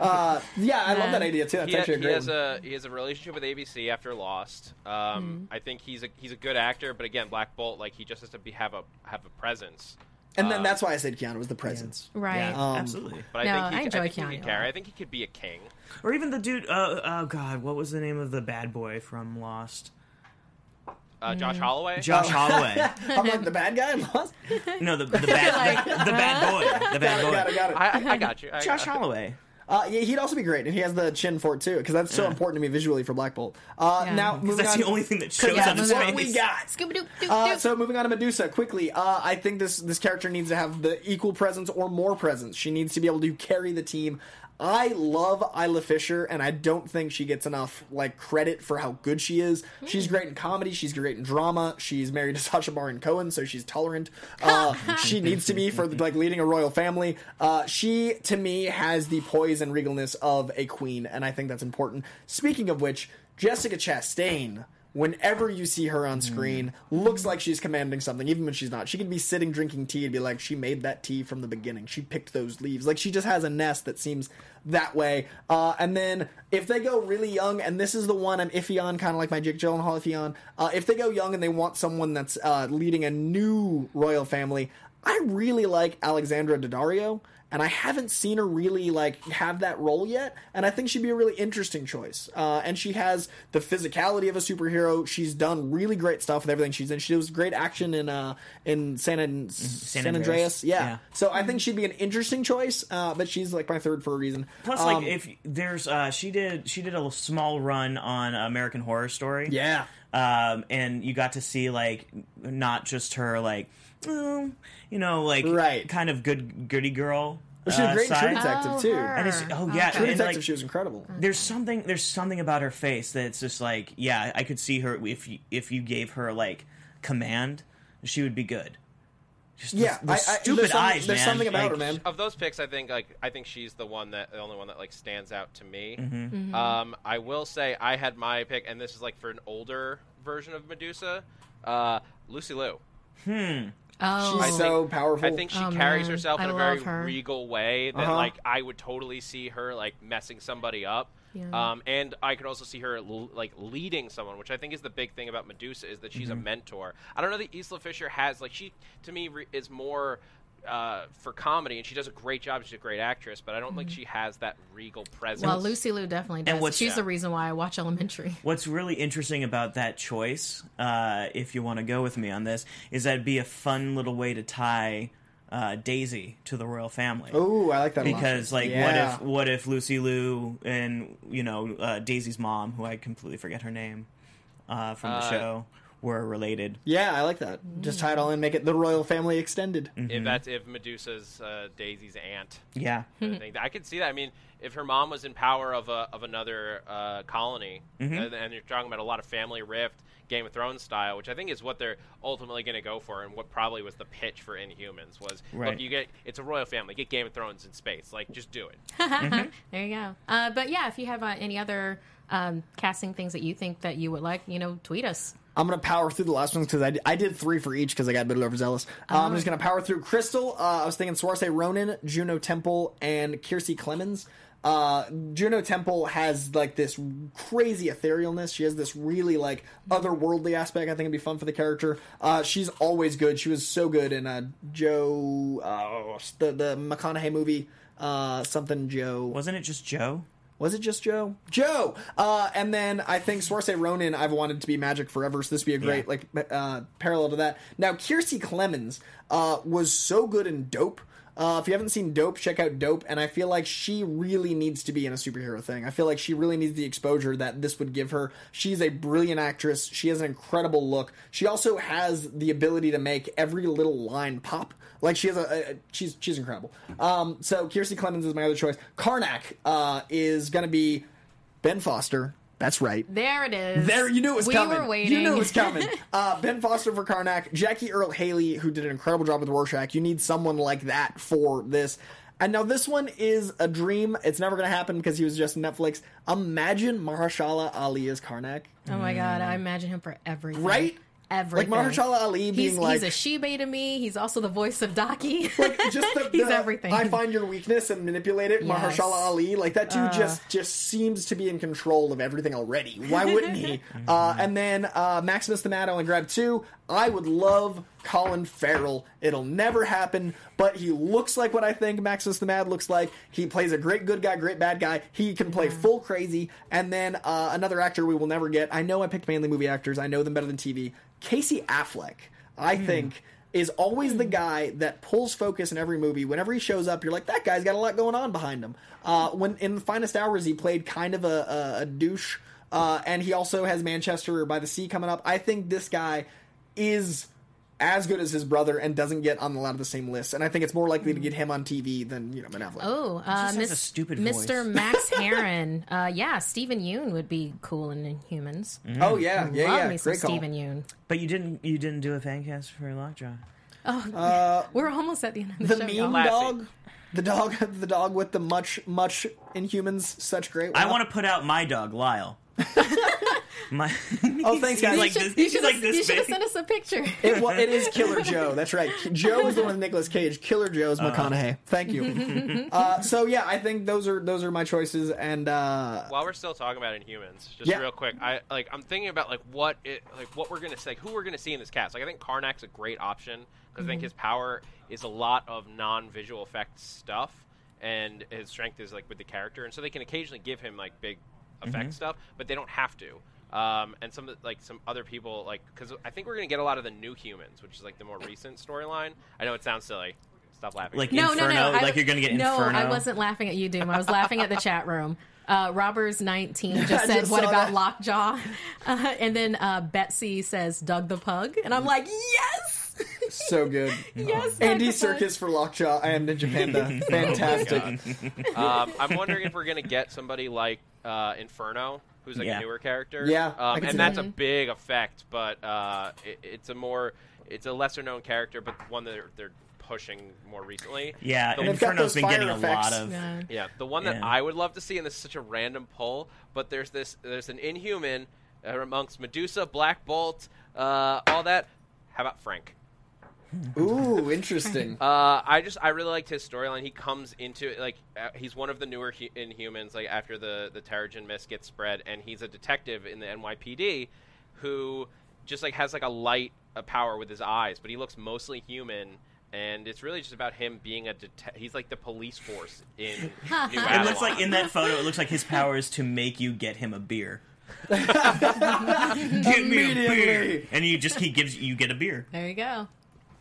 uh, yeah i love that idea too that's he, ha- actually a he great has one. a he has a relationship with ABC after Lost. Um, Hmm. I think he's a he's a good actor, but again, Black Bolt like he just has to be, have a have a presence. and uh, then that's why i said keanu was the presence right. Yeah, Um, absolutely. But No, I think I he, enjoy I think Keanu he a could carry. lot. I think he could be a king. Or even the dude. Uh, oh God, what was the name of the bad boy from Lost? Uh, Hmm. Josh Holloway. Oh. Josh Holloway. i'm like the bad guy I'm lost. No, the the bad the, the bad boy. The bad boy. got it got it I, I I got you. I, Josh I, Holloway. Uh, yeah, he'd also be great, and he has the chin for it too, because that's so important to me visually for Black Bolt. Uh, Yeah. Now, 'Cause moving That's on, the only thing that shows yeah, on his that's face. what we got. Scooby doo doo Uh, doo. so moving on to Medusa quickly. Uh, I think this this character needs to have the equal presence or more presence. She needs to be able to carry the team. I love Isla Fisher, and I don't think she gets enough like credit for how good she is. She's great in comedy. She's great in drama. She's married to Sasha Baron Cohen, so she's tolerant. Uh, she needs to be for like leading a royal family. Uh, she to me has the poise and regalness of a queen, and I think that's important. Speaking of which, Jessica Chastain whenever you see her on screen, looks like she's commanding something, even when she's not. She can be sitting drinking tea and be like, she made that tea from the beginning. She picked those leaves. Like, she just has a nest that seems that way. Uh, and then if they go really young, and this is the one I'm iffy on, kind of like my Jake Gyllenhaal iffy on, uh, if they go young and they want someone that's uh, leading a new royal family, I really like Alexandra Daddario, and I haven't seen her really like have that role yet. And I think she'd be a really interesting choice. Uh, and she has the physicality of a superhero. She's done really great stuff with everything she's in. She was great action in uh, in San, An- Mm-hmm. San, Andreas. Andreas. Yeah. Yeah. So I Hmm. think she'd be an interesting choice. Uh, but she's like my third for a reason. Plus, like, Um, if there's, uh, she did, she did a small run on American Horror Story. yeah. um, and you got to see like not just her like oh, you know like Right. kind of good goody girl. She's a uh, great side. true detective Oh, too. her. And it's- oh yeah, Okay. True and, detective, like, she was incredible. there's something there's something about her face that's just like yeah, I could see her if you, if you gave her like command, she would be good. Just Yeah, the, the I- I- stupid there's something- eyes, there's man. something about Like, her, man. of those picks, I think like I think she's the one that the only one that like stands out to me. Um, I will say I had my pick, and this is like for an older version of Medusa, uh, Lucy Liu. oh, She's so powerful. I think she Oh, carries man. herself I in a love very her. regal way that Uh-huh. like I would totally see her like messing somebody up. Yeah. Um, and I could also see her l- like leading someone, which I think is the big thing about Medusa is that she's a mentor. I don't know that Isla Fisher has like she to me re- is more uh, for comedy, and she does a great job. She's a great actress, but I don't think she has that regal presence. Mm-hmm. well, Lucy Liu definitely does. what's- She's yeah. the reason why I watch Elementary. What's really interesting about that choice, uh, if you want to go with me on this, is that'd be a fun little way to tie uh, Daisy to the royal family. Ooh, I like that a lot. because like Yeah. what if what if Lucy Liu and you know uh, Daisy's mom, who I completely forget her name uh, from the show, were related? Yeah, I like that. Just tie it all in, make it the royal family extended. if that's if Medusa's uh, Daisy's aunt. Yeah, I think I could see that. I mean, if her mom was in power of a, of another uh, colony, and, and you're talking about a lot of family rift, Game of Thrones style, which I think is what they're ultimately going to go for, and what probably was the pitch for Inhumans was, Right. look, you get it's a royal family, get Game of Thrones in space, like just do it. There you go. Uh, but yeah, if you have uh, any other um, casting things that you think that you would like, you know, tweet us. I'm gonna power through the last ones because I, I did three for each because I got a bit overzealous. Uh, I'm just gonna power through Crystal. Uh, I was thinking Swarovski Ronan, Juno Temple, and Kiersey Clemens. Uh, Juno Temple has like this crazy etherealness. She has this really like otherworldly aspect. I think it'd be fun for the character. Uh, she's always good. She was so good in uh, Joe uh, the the McConaughey movie. Uh, something Joe. wasn't it just Joe? Was it just Joe? Joe. Uh, and then I think Swarovski Ronan. I've wanted to be Magic forever, so this would be a great Yeah. like uh, parallel to that. Now, Kiersey Clemens uh, was so good in Dope. Uh, if you haven't seen Dope, check out Dope. And I feel like she really needs to be in a superhero thing. I feel like she really needs the exposure that this would give her. She's a brilliant actress. She has an incredible look. She also has the ability to make every little line pop. Like she has a, a she's she's incredible. Um, so Kiersey Clemens is my other choice. Karnak uh, is gonna be Ben Foster. That's right. There it is. There, you knew it was we coming. were waiting. You knew it was coming. uh, ben Foster for Karnak, Jackie Earl Haley, who did an incredible job with Rorschach. You need someone like that for this. And now this one is a dream. It's never going to happen because he was just Netflix. Imagine Mahershala Ali as Karnak, oh my god, I imagine him for everything. right? Everything. Like Mahershala Ali being he's, like he's a Shiba to me. He's also the voice of Daki. just the, he's the, everything. I find your weakness and manipulate it, Yes. Mahershala Ali. Like that dude just just seems to be in control of everything already. Why wouldn't he? uh, and then uh, Maximus the Mad Island grab two. I would love Colin Farrell. It'll never happen, but he looks like what I think Maximus the Mad looks like. He plays a great good guy, great bad guy. He can play full crazy. And then uh, another actor we will never get. I know I picked mainly movie actors. I know them better than TV. Casey Affleck. I think is always the guy that pulls focus in every movie. Whenever he shows up, you're like, that guy's got a lot going on behind him. Uh, when in the finest hours, he played kind of a, a, a douche, uh, and he also has Manchester by the Sea coming up. I think this guy is as good as his brother and doesn't get on a lot of the same lists. And I think it's more likely to get him on TV than you know Ben Affleck. Oh, uh, has Miss, a stupid Mr. voice. Max Heron. Uh, yeah, Stephen Yoon would be cool in Humans. Oh yeah, yeah, Love yeah. me some Great call. Stephen Yoon. But you didn't. You didn't do a fan cast for Lockjaw. We're almost at the end of the, the show. mean y'all. Lassie. dog, the dog, the dog with the much, much Inhumans, such great. I want to put out my dog Lyle. my Oh, thanks, guys. He's like You this. You he's should like this have big. sent us a picture. It, well, it is Killer Joe. That's right. Joe is the one with Nicolas Cage. Killer Joe's McConaughey. Thank you. uh, so yeah, I think those are those are my choices. And uh, While we're still talking about Inhumans, just Yeah. real quick, I like I'm thinking about like what it like what we're gonna say, who we're gonna see in this cast. Like I think Karnak's a great option because I think his power is a lot of non-visual effects stuff, and his strength is like with the character, and so they can occasionally give him like big effect stuff, but they don't have to. Um, and some of the- like some other people like because I think we're gonna get a lot of the new humans, which is like the more recent storyline. I know it sounds silly. Stop laughing. Like- No, no, Inferno, no. I- like you're gonna get no, Inferno. I wasn't laughing at you, Doom. I was laughing at the chat room. Uh, Robbers nineteen just I said, just "What saw about that." Lockjaw?" Uh, and then uh, Betsy says, "Doug the Pug," and I'm like, "Yes, so good. yes." Doug Andy the Pug." Circus for Lockjaw. I am Ninja Panda. Fantastic. God. um, I'm wondering if we're gonna get somebody like uh, Inferno, who's like Yeah. a newer character. Yeah, I um, can see and that's that. a big effect, but uh, it, it's a more, it's a lesser known character, but one that they're, they're pushing more recently. Yeah, The- and they've got those Inferno's been fire getting a lot effects. of. Yeah. yeah, the one that Yeah. I would love to see, and this is such a random pull, but there's this, there's an Inhuman uh, amongst Medusa, Black Bolt, uh, all that. How about Frank? Ooh, interesting. Uh, I just I really liked his storyline. He comes into it like uh, he's one of the newer hu- Inhumans, like after the the Terrigen mist gets spread, and he's a detective in the NYPD who just like has like a light a power with his eyes, but he looks mostly human. And it's really just about him being a detective. He's like the police force in New It looks Avalon. like in that photo, it looks like his power is to make you get him a beer. Get me a beer, Immediately. and you just he gives you get a beer. There you go.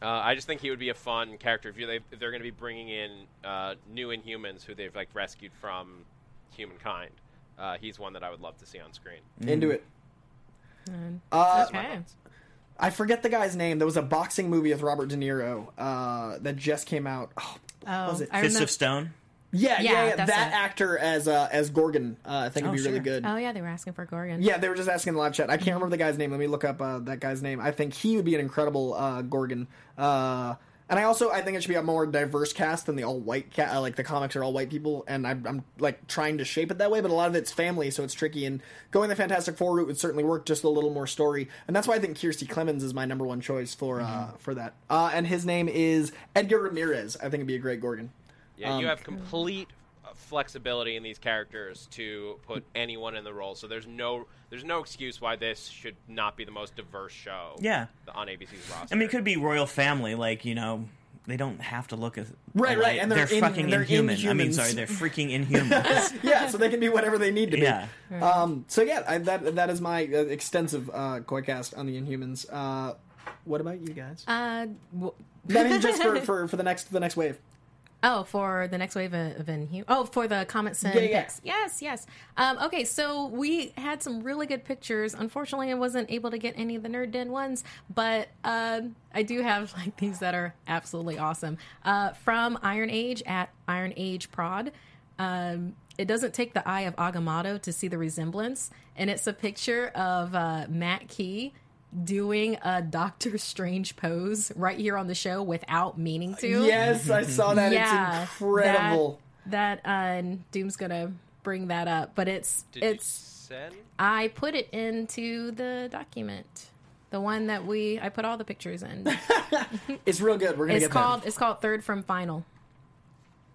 Uh, I just think he would be a fun character if, you, they, if they're going to be bringing in uh, new Inhumans who they've like rescued from humankind. Uh, he's one that I would love to see on screen. Into it. Uh, Okay. I forget the guy's name. There was a boxing movie with Robert De Niro uh, that just came out. Oh, Oh, was it? I Fist remember. of Stone. yeah, yeah, Yeah, yeah. that's That it. actor as uh, as Gorgon, uh, I think, would Oh, be really sure. good. Oh yeah, they were asking for Gorgon. Yeah, they were just asking in the live chat. I can't remember the guy's name. Let me look up uh, that guy's name. I think he would be an incredible uh, Gorgon. Uh, and I also I think it should be a more diverse cast than the all white cast. Uh, like the comics are all white people, and I'm, I'm like trying to shape it that way. But a lot of it's family, so it's tricky. And going the Fantastic Four route would certainly work, just a little more story. And that's why I think Kiersey Clemens is my number one choice for uh, for that. Uh, and his name is Edgar Ramirez. I think it'd be a great Gorgon. Yeah, Um, you have complete uh, flexibility in these characters to put anyone in the role. So there's no there's no excuse why this should not be the most diverse show. Yeah. on ABC's roster. I mean, it could be royal family, like you know. They don't have to look as Right, right, and they're in- fucking they're inhuman. I mean, Inhumans. sorry, they're freaking inhuman. yeah, so they can be whatever they need to be. yeah, Um, so yeah, I, that that is my uh, extensive uh, cast on the Inhumans. Uh, what about you guys? Uh, w- I mean, just for, for, for the next the next wave. Oh, for the next wave of, of Inhu- Oh, for the comments and Yeah, yeah. picks. Yes, yes. Um, okay, so we had some really good pictures. Unfortunately, I wasn't able to get any of the Nerd Den ones, but um, I do have like these that are absolutely awesome. Uh, from Iron Age at Iron Age Prod. Um, it doesn't take the eye of Agamotto to see the resemblance, and it's a picture of uh, Matt Key doing a Doctor Strange pose right here on the show without meaning to Yes, I saw that. it's incredible. that- That, uh, Doom's gonna bring that up, but it's Did it's. you send? I put it into the document, the one that we I put all the pictures in. It's real good. We're gonna It's get called there. it's called Third from Final.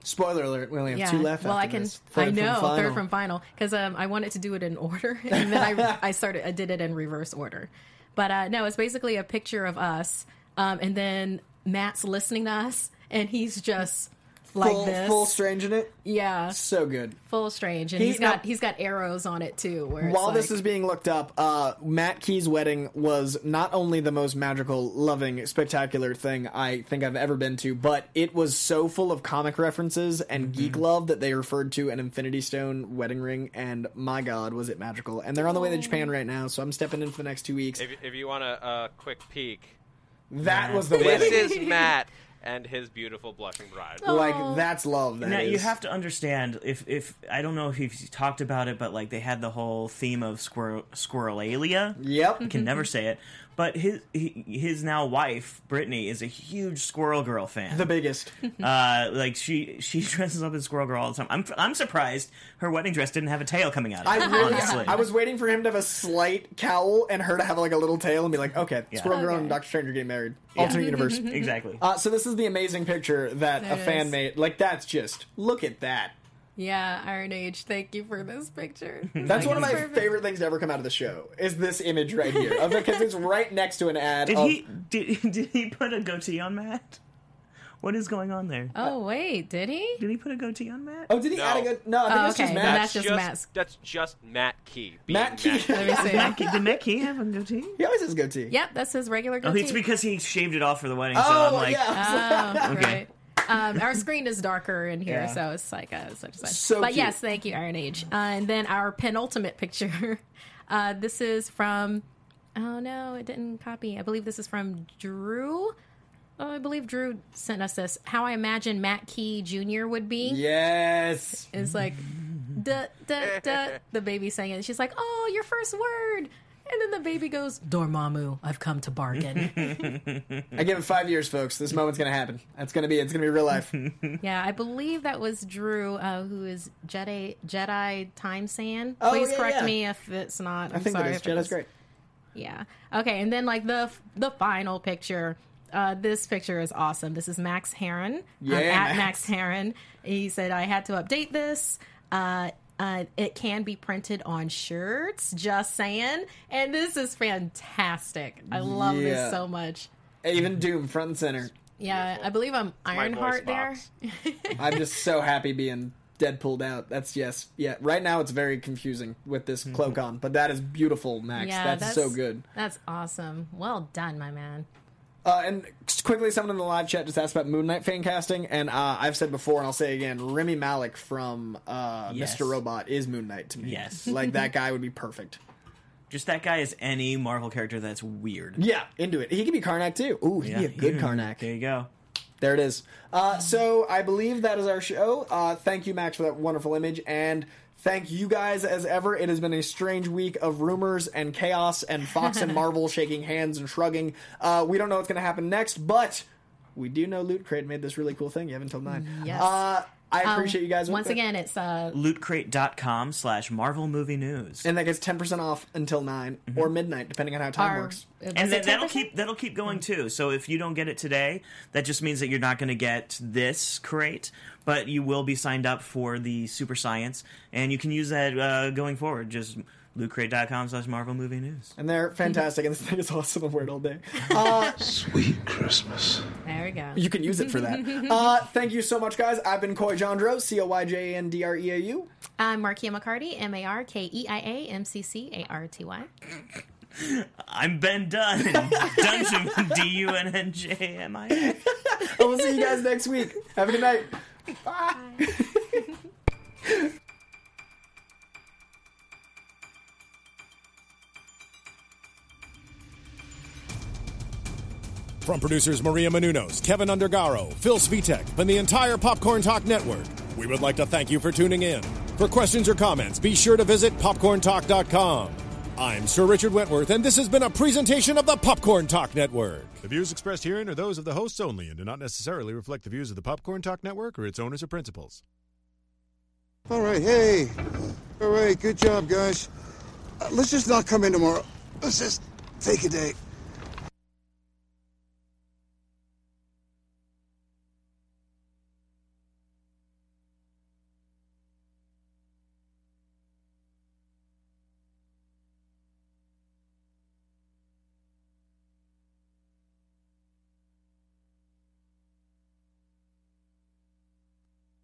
Spoiler alert. We only have Yeah. two left. well, after I can. this. Third I from know final. Third from Final because um, I wanted to do it in order, and then I I started I did it in reverse order. But uh, no, it's basically a picture of us, um, and then Matt's listening to us, and he's just like full, this. full strange in it. yeah, So good. full strange, and He- he, has got now- he's got arrows on it too. Where it's While this like- is being looked up, uh, Matt Key's wedding was not only the most magical, loving, spectacular thing I think I've ever been to, but it was so full of comic references and geek love that they referred to an Infinity Stone wedding ring, and my god, was it magical. And they're on the way to Japan right now, so I'm stepping in for the next two weeks. If, if you want a uh, quick peek, That was the this wedding. is Matt and his beautiful blushing bride. like, that's love. That Now you is. have to understand if if I don't know if you talked about it, but like they had the whole theme of squirrel squirrelalia. Yep. I can Mm-hmm. never say it. But his he- his now wife Brittany is a huge Squirrel Girl fan. The biggest. uh, like she she dresses up in Squirrel Girl all the time. I'm I'm surprised her wedding dress didn't have a tail coming out. Of it, I really, honestly. I was waiting for him to have a slight cowl and her to have like a little tail and be like, okay, Squirrel Girl and Okay. Doctor Strange are getting married. Alternate universe. exactly. Uh, so this is the amazing picture that There a it fan is. made. Like that's just look at that. yeah, Iron Age. Thank you for this picture. That's Like, one of it's my perfect. favorite things to ever come out of the show. Is this image right here? Of- Because it's right next to an ad. did of- he did did he put a goatee on Matt? What is going on there? Oh wait, did he? Did he put a goatee on Matt? Oh, did he No. add a good? No, I think Oh, it's just okay. Matt. That's just Matt's- That's just Matt Key. being Matt Key. Let me see. Matt, did Matt Key have a goatee? he always has goatee. Yep, that's his regular Oh, goatee. it's because he shaved it off for the wedding. so Oh I'm like, yeah. Oh, right. Um, our screen is darker in here, Yeah. so it's like a such and such. So but cute. yes, thank you, Iron Age. Uh, and then our penultimate picture. Uh, this is from. Oh no, it didn't copy. I believe this is from Drew. Oh, I believe Drew sent us this. How I imagine Matt Key Jr. would be Yes. is like duh, duh, duh, the baby sang it. She's like, "Oh, your first word." And then the baby goes, "Dormammu, I've come to bargain." I give it five years, folks. This moment's gonna happen. That's gonna be. It's gonna be real life. yeah, I believe that was Drew, uh, who is Jedi Jedi Time Sand. Oh, Please yeah, correct yeah. me if it's not. I'm I think sorry that is. if it Jedi's is. great. Yeah. Okay, and then like the the final picture. Uh, this picture is awesome. This is Max Heron. Yeah, I'm at Max. Max Heron. He said I had to update this. Uh, uh, it can be printed on shirts. Just saying. And this is fantastic. I love Yeah. this so much. Even Doom front and center. Yeah, I believe I'm My voice Ironheart there. box. I'm just so happy being Deadpooled out. That's yes, yeah. Right now it's very confusing with this Mm-hmm. cloak on, but that is beautiful, Max. Yeah, that's, so good. That's awesome. Well done, my man. Uh, and just quickly, someone in the live chat just asked about Moon Knight fan casting, and uh, I've said before, and I'll say again, Remy Malik from uh, Yes. Mr. Robot is Moon Knight to me. Yes. like that guy would be perfect. Just that guy is any Marvel character that's weird. Yeah, into it. He could be Karnak too. Ooh, he'd Yeah, be a good you- Karnak. There you go. There it is. Uh, so I believe that is our show. Uh, thank you, Max, for that wonderful image, and thank you guys as ever. It has been a strange week of rumors and chaos, and Fox and Marvel shaking hands and shrugging. Uh, we don't know what's going to happen next, but we do know Loot Crate made this really cool thing. You haven't told mine. Yes. Uh, Um, I appreciate you guys. Once again, it's uh, Lootcrate.com slash Marvel Movie News. and that gets ten percent off until 9 or midnight, depending on how time Mm-hmm. our works. was and it that, that'll 10%? keep that'll keep going too. So if you don't get it today, that just means that you're not going to get this crate, but you will be signed up for the Super Science, and you can use that uh, going forward. Just lootcrate.com slash Marvel Movie News. And they're fantastic, and this thing is awesome. I've wear it all day. Uh, Sweet Christmas. There we go. you can use it for that. Uh, thank you so much, guys. I've been Coy Jandro, C O Y J A N D R E A U. I'm Markia McCarty, M A R K E I A M C C A R T Y. I'm Ben Dunn, Dungeon D U N N J M I. N. And we'll see you guys next week. Have a good night. From producers Maria Menunos, Kevin Undergaro, Phil Svitek, and the entire Popcorn Talk Network, we would like to thank you for tuning in. For questions or comments, be sure to visit popcorntalk.com. I'm Sir Richard Wentworth, and this has been a presentation of the Popcorn Talk Network. The views expressed herein are those of the hosts only and do not necessarily reflect the views of the Popcorn Talk Network or its owners or principals. All right, hey. All right, good job, guys. Uh, let's just not come in tomorrow. Let's just take a day.